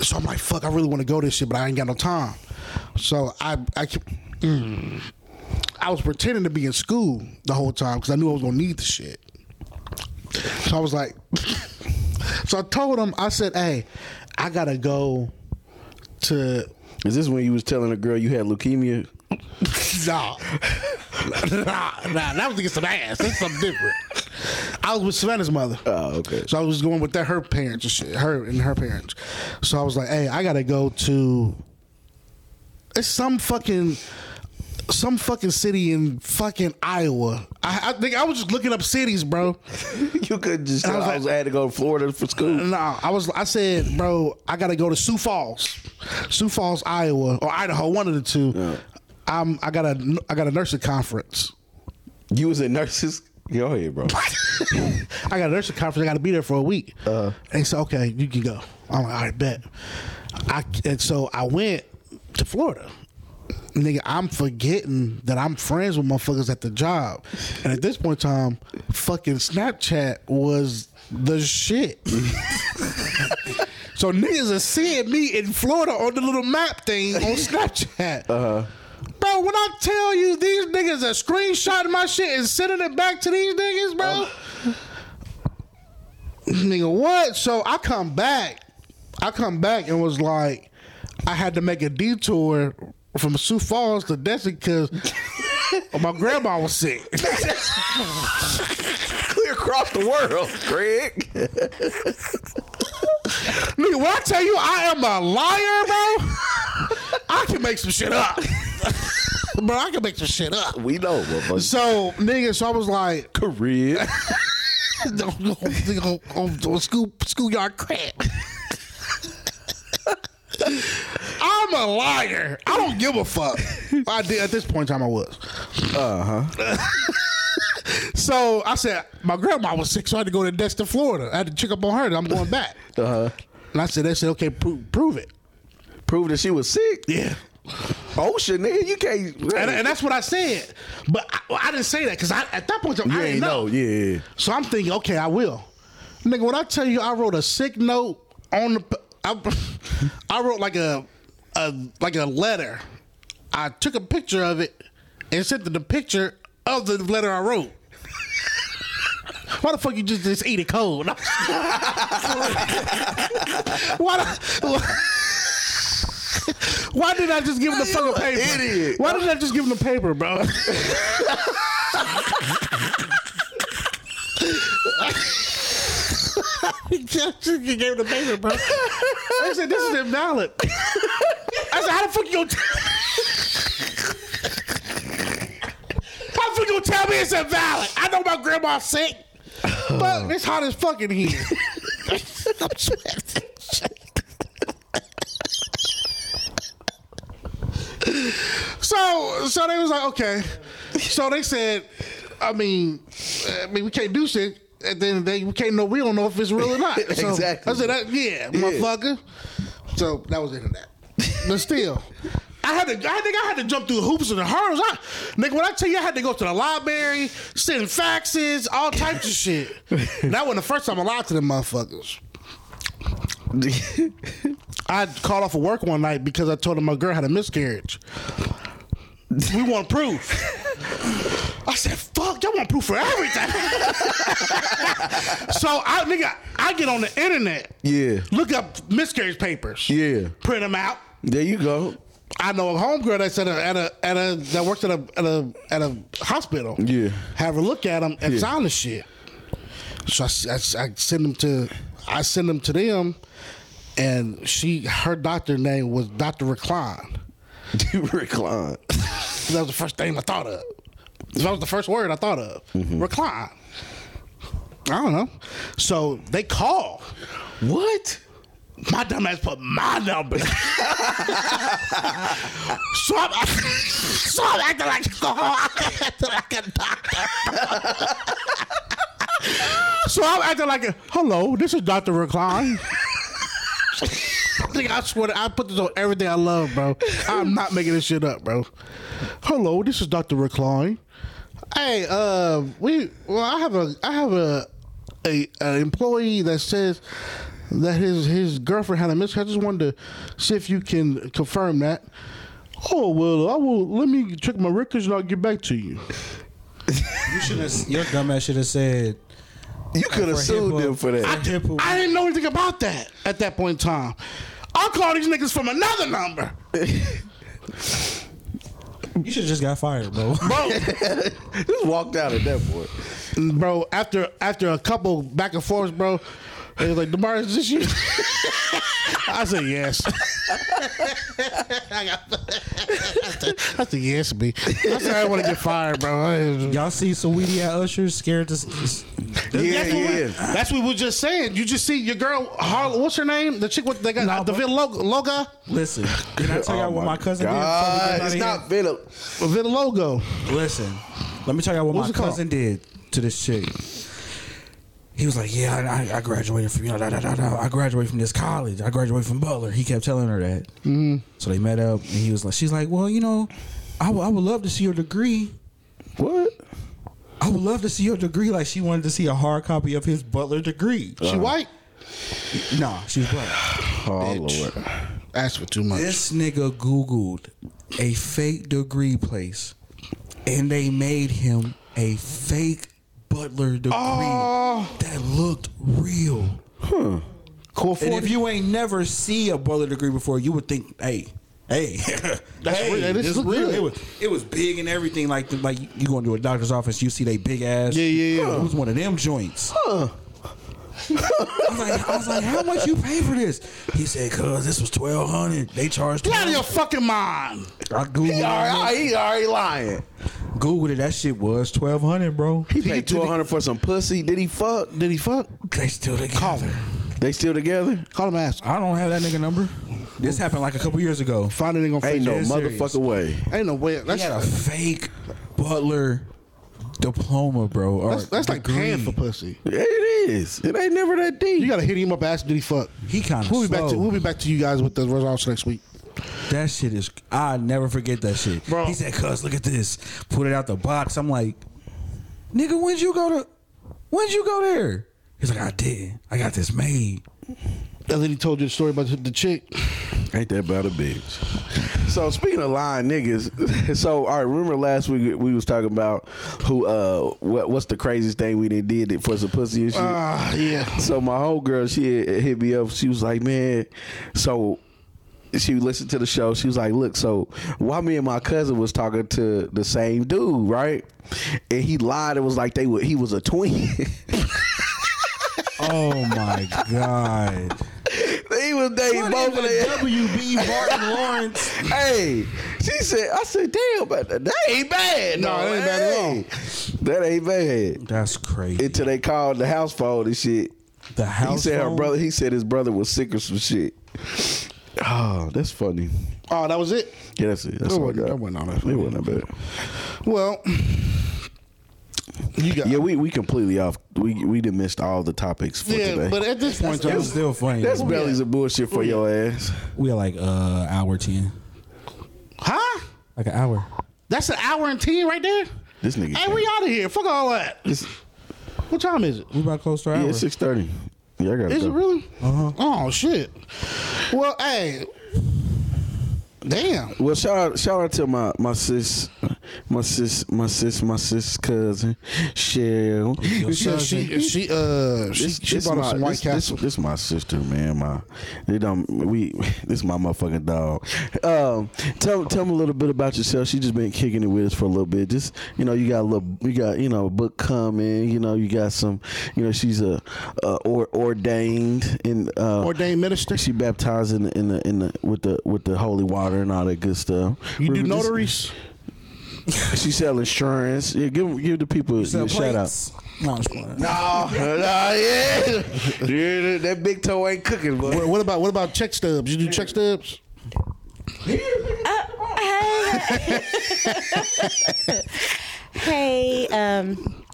A: So I'm like, fuck, I really want to go this shit, but I ain't got no time. So I, I. kept- mm. I was pretending to be in school the whole time because I knew I was gonna need the shit. So I was like, <laughs> so I told him, I said, hey, I gotta go to, <laughs>
D: Is this when you was telling a girl you had leukemia? <laughs>
A: nah, <laughs> nah, nah, that was to get some ass. That's something different. I was with Savannah's mother.
D: Oh, okay.
A: So I was going with that, her parents and shit, her and her parents. So I was like, hey, I gotta go to, it's some fucking, some fucking city in fucking Iowa. I, I think I was just looking up cities, bro.
D: you could just.
A: And I
D: Tell, I,
A: was like-
D: was- I had to go to Florida for school.
A: No, I was. I said, bro, I gotta go to Sioux Falls, Sioux Falls, Iowa, or Idaho, one of the two. I'm. I got a. I got a nursing conference. <laughs>
D: You was in nurses. Go ahead, bro.
A: I got a nursing conference. I got to be there for a week. Uh, and he said, okay, you can go. I'm like, all right, bet. I and so I went to Florida. Nigga, I'm forgetting that I'm friends with motherfuckers at the job. And at this point in time, fucking Snapchat was the shit. so niggas are seeing me in Florida on the little map thing on Snapchat. Uh-huh. Bro, when I tell you these niggas are screenshotting my shit and sending it back to these niggas, bro. Nigga, what? So I come back. I come back and was like, I had to make a detour from Sioux Falls to Destin because my grandma was sick.
D: Clear <laughs> across the world, Craig.
A: Nigga, when I tell you I am a liar, bro, I can make some shit <laughs> up. bro, I can make some shit up.
D: We know, motherfucker. <laughs>
A: So, nigga, so I was like, <laughs>
D: Craig.
A: on, on, on school schoolyard crap. I'm a liar. I don't give a fuck. I did at this point in time. I was.
D: Uh huh.
A: Uh-huh. <laughs> So I said my grandma was sick, so I had to go to Destin, Florida. I had to check up on her. and I'm going back.
D: Uh huh.
A: And I said, they said, okay, pro- prove it.
D: Prove that she was sick.
A: Yeah.
D: Oh shit, nigga, you can't.
A: And, and that's what I said. But I, I didn't say that because I, at that point, in time,
D: you
A: I
D: ain't
A: didn't know.
D: know. Yeah, yeah. yeah.
A: So I'm thinking, okay, I will. Nigga, when I tell you I wrote a sick note on the, I, I <laughs> wrote like a, a like a letter. I took a picture of it and sent the picture of the letter I wrote. <laughs> Why the fuck you just just eat it cold? <laughs> why, the, why? did I just give him the fucking paper?
D: idiot.
A: Why did I just give him the paper, bro? just gave him the paper, bro. I said, "This is invalid." I said, "How the fuck you gonna?" T- How the fuck you gonna tell me it's invalid? I know my grandma's sick, but it's hot as fuck in here. I'm sweating. So, so they was like, okay. So they said, I mean, I mean, we can't do shit. And then they we can't know. We don't know if it's real or not. So
D: Exactly.
A: I said, that, yeah, motherfucker. So that was the end of that. But still, I had to. I think I had to jump through hoops and hurdles. I, nigga, when I tell you, I had to go to the library, send faxes, all types of shit. <laughs> And that wasn't the first time I lied to them motherfuckers. I called off of work one night because I told him my girl had a miscarriage. We want proof. I said, fuck, y'all want proof for everything. <laughs> so I nigga, I get on the internet.
D: Yeah.
A: Look up miscarriage papers.
D: Yeah.
A: Print them out.
D: <laughs> There you go. <laughs>
A: I know a homegirl that's at a, at a at a that works at a at a at a hospital.
D: Yeah.
A: Have her look at them and
D: Yeah.
A: sign the shit. So I, s- I s- I send them to I send them to them, and she her doctor name was Doctor Recline.
D: You recline.
A: That was the first thing I thought of. That was the first word I thought of. Recline. I don't know. So they call.
D: What?
A: My dumb ass put my number. <laughs> so, I'm, so I'm acting like I'm acting like a doctor. <laughs> so I'm acting like a hello. This is Doctor Recline. Nigga, I swear, to- I put this on everything I love, bro. I'm not making this shit up, bro. Hello, this is Doctor Recline. Hey, uh, we well, I have a I have a a an employee that says that his his girlfriend had a miscarriage. I just wanted to see if you can confirm that. Oh well, I will. Let me check my records and I'll get back to you.
E: You should have. Your dumbass should have said.
D: You could have
E: For
D: sued
E: hippo.
D: them for that.
A: I,
E: Yeah, but-
A: I didn't know anything about that at that point in time. I'll call these niggas from another number.
E: You should have just got fired, bro. <laughs>
D: Just walked out at that point.
A: bro. After after a couple back and forths, bro, they was like, "Demar, is this you?" <laughs> I said, "Yes." <laughs> I said, "Yes, me." I said, "I want to get fired, bro." I-
E: Y'all see some weedy at Usher scared to. s-
D: Yeah,
A: that's, what we,
D: yeah.
A: that's what we were just saying. You just see your girl, Harlow. What's her name? The chick with they got
E: Nah,
A: the
E: but-
A: Villa logo, logo,
E: Listen, can I tell y'all what my cousin
D: Oh God,
E: did? before
D: it's
E: we get outta
D: not Philip.
A: Villa logo.
E: here? Listen, let me tell y'all what
A: What's
E: my
A: it called?
E: cousin did to this chick. He was like, "Yeah, I- I, I graduated from you know, da, da, da, da. I graduated from this college. I graduated from Butler." He kept telling her that. Mm-hmm. So they met up, and he was like, "She's like, well, you know, I would- I would love to see your degree."
D: What?
E: I would love to see your degree. Like she wanted to see a hard copy of his Butler degree.
A: She white.
E: Nah, she's black.
D: Oh Lord.
A: Asked for too much.
E: This nigga Googled a fake degree place, and they made him a fake Butler degree
A: Oh.
E: that looked real.
A: Cool
E: And
A: forty.
E: if you ain't never see a Butler degree before, you would think, hey, Hey, <laughs>
A: That's
E: hey,
A: real. This
E: this
A: look
E: real.
A: good.
E: It was, it was big and everything. Like, the, like you going to a doctor's office, you see they big ass.
A: Yeah, yeah, yeah.
E: It was one of them joints. I, was like, I was like, how much you pay for this? He said, cause this was twelve hundred. They charged.
A: Get out of your
E: 1200.
A: fucking mind.
E: I
D: He
E: googled,
D: already, he already lying.
E: it. googled it. That shit was twelve hundred, bro.
D: He paid twelve hundred for some pussy. Did he fuck? Did he fuck?
E: They still together.
D: They still together?
A: Call him ass.
E: I don't have that nigga number. This happened like a couple years ago.
A: Find a nigga on
D: Ain't no
A: Facebook.
E: serious.
D: motherfucker way.
A: Ain't no way.
E: He had a
A: That's
E: fake Butler diploma, bro. or
A: that's, that's like
E: degree.
A: paying for pussy.
D: It is. It ain't never that
A: You
D: deep.
A: gotta hit him up, ask did he fuck.
E: He kinda
A: We'll be back to
E: slow.
A: we'll be back to you guys with the results next week.
E: That shit is. I never forget that shit.
A: Bro.
E: He said, "Cuz, look at this. Put it out the box." I'm like, "Nigga, when'd you go to? When'd you go there?" He's like, "I did. I got this made."
A: And then he told you the story about the- the chick.
D: Ain't that about a bitch? So speaking of lying niggas, <laughs> so all right. Remember last week we was talking about who? uh what, What's the craziest thing we done did for some pussy and shit?
A: Ah, yeah.
D: so my whole girl, she hit hit me up. She was like, "Man, so." She listened to the show. She was like, "Look, so while me and my cousin was talking to the same dude, right? And he lied. It was like they were. He was a twin. <laughs>
E: Oh my <laughs> god!
D: they was dating both of them.
E: WB Martin Lawrence.
D: Hey, she said. I said, "Damn, but that ain't bad.
A: No, that ain't bad at all.
D: That ain't bad."
E: That's crazy.
D: Until they called the house phone and shit.
E: the house.
D: he said her
E: phone?
D: brother. He said his brother was sick or some shit. Oh, that's funny.
A: Oh, that was it.
D: Yeah, that's it. That's
A: That
D: all I
A: wasn't-
D: got.
A: that wasn't all that
D: It
A: funny.
D: wasn't that bad.
A: Well, you got
D: Yeah, we, we completely off. We we done missed all the topics for
A: yeah,
D: today.
A: but at this point,
E: It
A: in
E: was
A: time,
E: still funny.
D: that's
E: though.
D: bellies of bullshit for your ass.
E: we had like uh hour ten,
A: huh?
E: like an hour.
A: That's an hour and ten right there.
D: This nigga.
A: Hey, we out of here. Fuck all that.
D: It's,
A: What time is it?
E: We about close to an
D: yeah,
E: hour.
D: it's six thirty. Yeah, I got
A: Is
D: go.
A: it really? Oh shit. Well, hey. Damn.
D: Well, shout out, shout out to my my sis, my sis, my sis, my sis cousin, Cheryl.
A: Yeah, she she uh she,
D: This,
A: she
D: this
A: bought
D: my,
A: us some White
D: this, this,
A: Castle.
D: this my sister, man. My they don't we <laughs> this my motherfucking dog. Um, tell tell me a little bit about yourself. She just been kicking it with us for a little bit. Just you know, you got a little, you got you know, a book coming. You know, you got some. You know, she's a, a or, ordained in uh,
A: ordained minister.
D: She baptized in the, in the in the with the with the holy water and all that good stuff.
A: You do
D: Remember, just-
A: notaries.
D: <laughs> She sell insurance. Yeah, give give the people a
E: So
D: shout out.
E: plates. No, I'm just playing.
D: <laughs> No, no, yeah. yeah, that big toe ain't cooking, boy.
A: What, what about what about check stubs? You do check stubs?
G: Hey, um,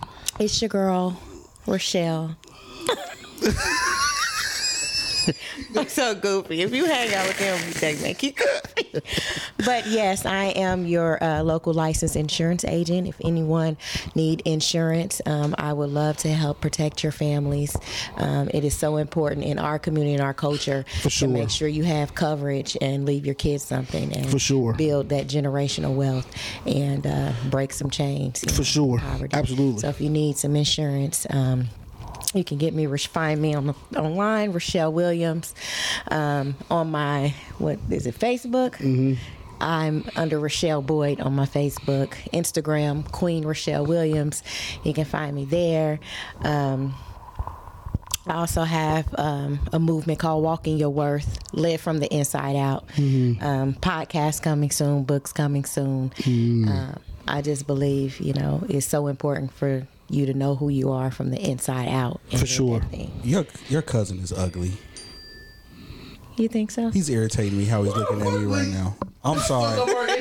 G: it's your girl, Rochelle. <laughs> I'm so goofy. If you hang out with him, we think make you goofy. But yes, I am your uh, local licensed insurance agent. If anyone need insurance, um, I would love to help protect your families. Um, it is so important in our community and our culture
A: sure.
G: to make sure you have coverage and leave your kids something and
A: For sure.
G: build that generational wealth and uh, break some chains
A: For sure. Absolutely.
G: so if you need some insurance, um, you can get me, Roch- find me on the, online, Rochelle Williams, um, on my what is it, Facebook.
A: Mm-hmm.
G: I'm under Rochelle Boyd on my Facebook, Instagram, Queen Rochelle Williams. You can find me there. Um, I also have um, a movement called Walking Your Worth, led from the inside out.
E: Mm-hmm.
G: Um, podcast coming soon, books coming soon.
E: Mm-hmm.
G: Um, I just believe, you know, it's so important for you to know who you are from the inside out. and
A: For
G: live
A: sure.
G: that thing.
E: Your your cousin is ugly.
G: You think so?
E: He's irritating me how he's looking at me right now. I'm sorry.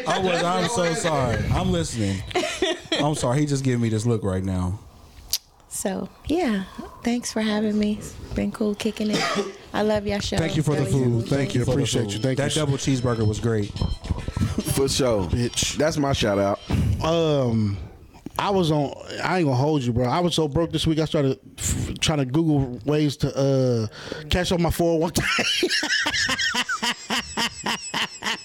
E: I was. I'm so sorry. I'm listening. I'm sorry. He just giving me this look right now.
G: So, yeah. Thanks for having me. It's been cool kicking it. I love your show.
E: Thank you for the
G: Really
E: food.
G: appreciate
A: Thank
G: it.
A: you.
E: For the
A: Appreciate
E: food.
A: you. Thank
E: that
A: you.
E: double cheeseburger was great.
D: For sure.
A: Bitch.
D: That's my shout out.
A: Um, I was on. I ain't gonna hold you, bro. I was so broke this week. I started f- trying to Google oh ways to uh cash off my four hundred one k.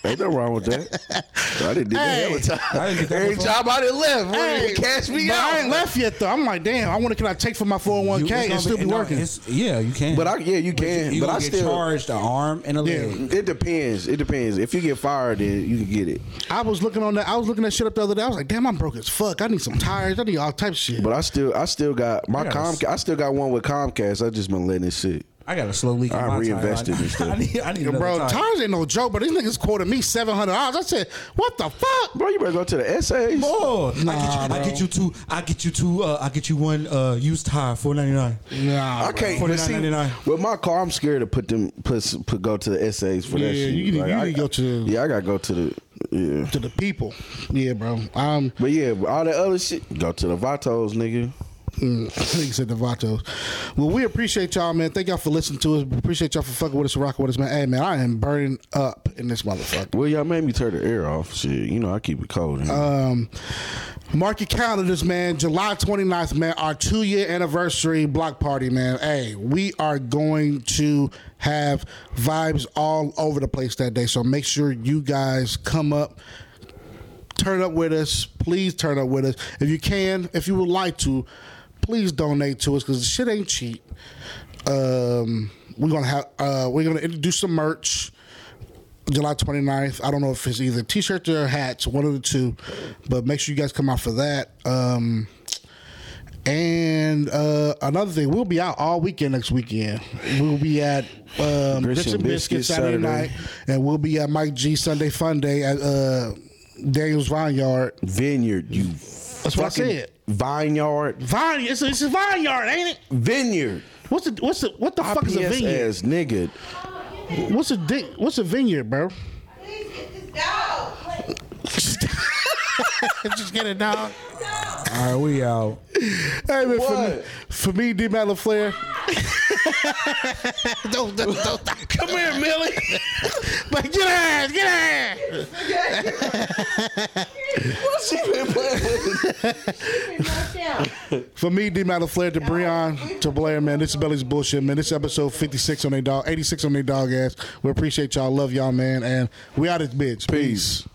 D: Ain't nothing wrong with that. I didn't do
A: Hey.
D: that hell of a time.
E: I didn't get that
D: Every
E: before.
D: time I didn't left, hey, <laughs> cash me
A: but
D: out.
A: I ain't left yet though. I'm like, damn. I wonder can I take from my 401k
E: it's
A: and
E: gonna
A: still be,
E: no,
A: working?
E: it's- yeah, you can.
D: But I, yeah, you can.
E: you
D: but I
E: gonna get
D: still.
E: charged an arm and a leg.
D: It depends. It depends. If you get fired, then you can get it.
A: I was looking on that. I was looking that shit up the other day. I was like, damn, I'm broke as fuck. I need some tires. I need all types of shit.
D: But I still, I still got my
E: I gotta s-
D: Comcast. I still got one with Comcast. I just been letting it sit.
E: I got a slow leak. in
D: I
E: my tire.
D: reinvested
E: I-
D: and stuff.
E: <laughs> I need, I need another
A: Bro,
E: tire.
A: tires ain't no joke. But these niggas quoted me seven hundred dollars. I said, what the fuck?
D: Bro, you better go to the essays.
F: Oh, I, get you, I get you two. I get you two. Uh, I get you one uh, used tire, four ninety nine.
A: Nah,
D: I can't.
F: bro.
D: but see,
F: $49.99.
D: with my car, I'm scared to put them put s- put go to the essays for that
A: Yeah,
D: shit.
A: you need- you
D: I,
A: need to go to-
D: Yeah, I gotta go to the. Yeah,
A: to the people. Yeah, bro. Um,
D: but yeah, but all that other shit. Go to the Vatos, nigga.
A: mm, <laughs> niggas said the Vatos. Well, we appreciate y'all, man. Thank y'all for listening to us. We appreciate y'all for fucking with us and rocking with us, man. Hey, man, I am burning up in this motherfucker.
D: Well, y'all made me turn the air off. Shit, you know I keep it cold. in here.
A: Um, mark your calendars, man. July 29th, man, our two year anniversary block party, man. Hey, we are going to have vibes all over the place that day. So make sure you guys come up. Turn up with us. Please turn up with us. If you can, if you would like to, please donate to us because the shit ain't cheap. Um, we're gonna have uh, we're gonna introduce some merch. July 29th. I don't know if it's either t-shirts or hats, one of the two, but make sure you guys come out for that. Um, and uh, another thing, we'll be out all weekend next weekend. We'll be at um, Grits and
D: Grits and
A: Biscuit
D: Biscuits
A: Saturday,
D: Saturday.
A: night, and we'll be at Mike G Sunday Fun Day at uh, Daniel's Vineyard.
D: vineyard, you.
A: That's what I
D: fucking
A: said.
D: Vineyard,
A: Vine, it's a, it's a vineyard, ain't it?
D: vineyard.
A: What's the what's the what the fuck is a
D: IPS
A: vineyard? <laughs>
D: ass nigga.
A: What's a di- what's a vineyard, bro?
H: Please get this dog. Please.
A: Just get it down.
E: All right, we out.
A: Hey man, for me,
D: What?
A: for me, D. Matt <laughs> LaFleur.
B: Come
A: <laughs>
B: here, Millie.
A: Like, get her ass, get her ass. For me, D. Matter Flair to Breon to Blair, man. This is Belly's Bullshit, man. This is episode 56 on their dog, 86 on their dog ass. We appreciate y'all. Love y'all, man. And we out this bitch. Peace.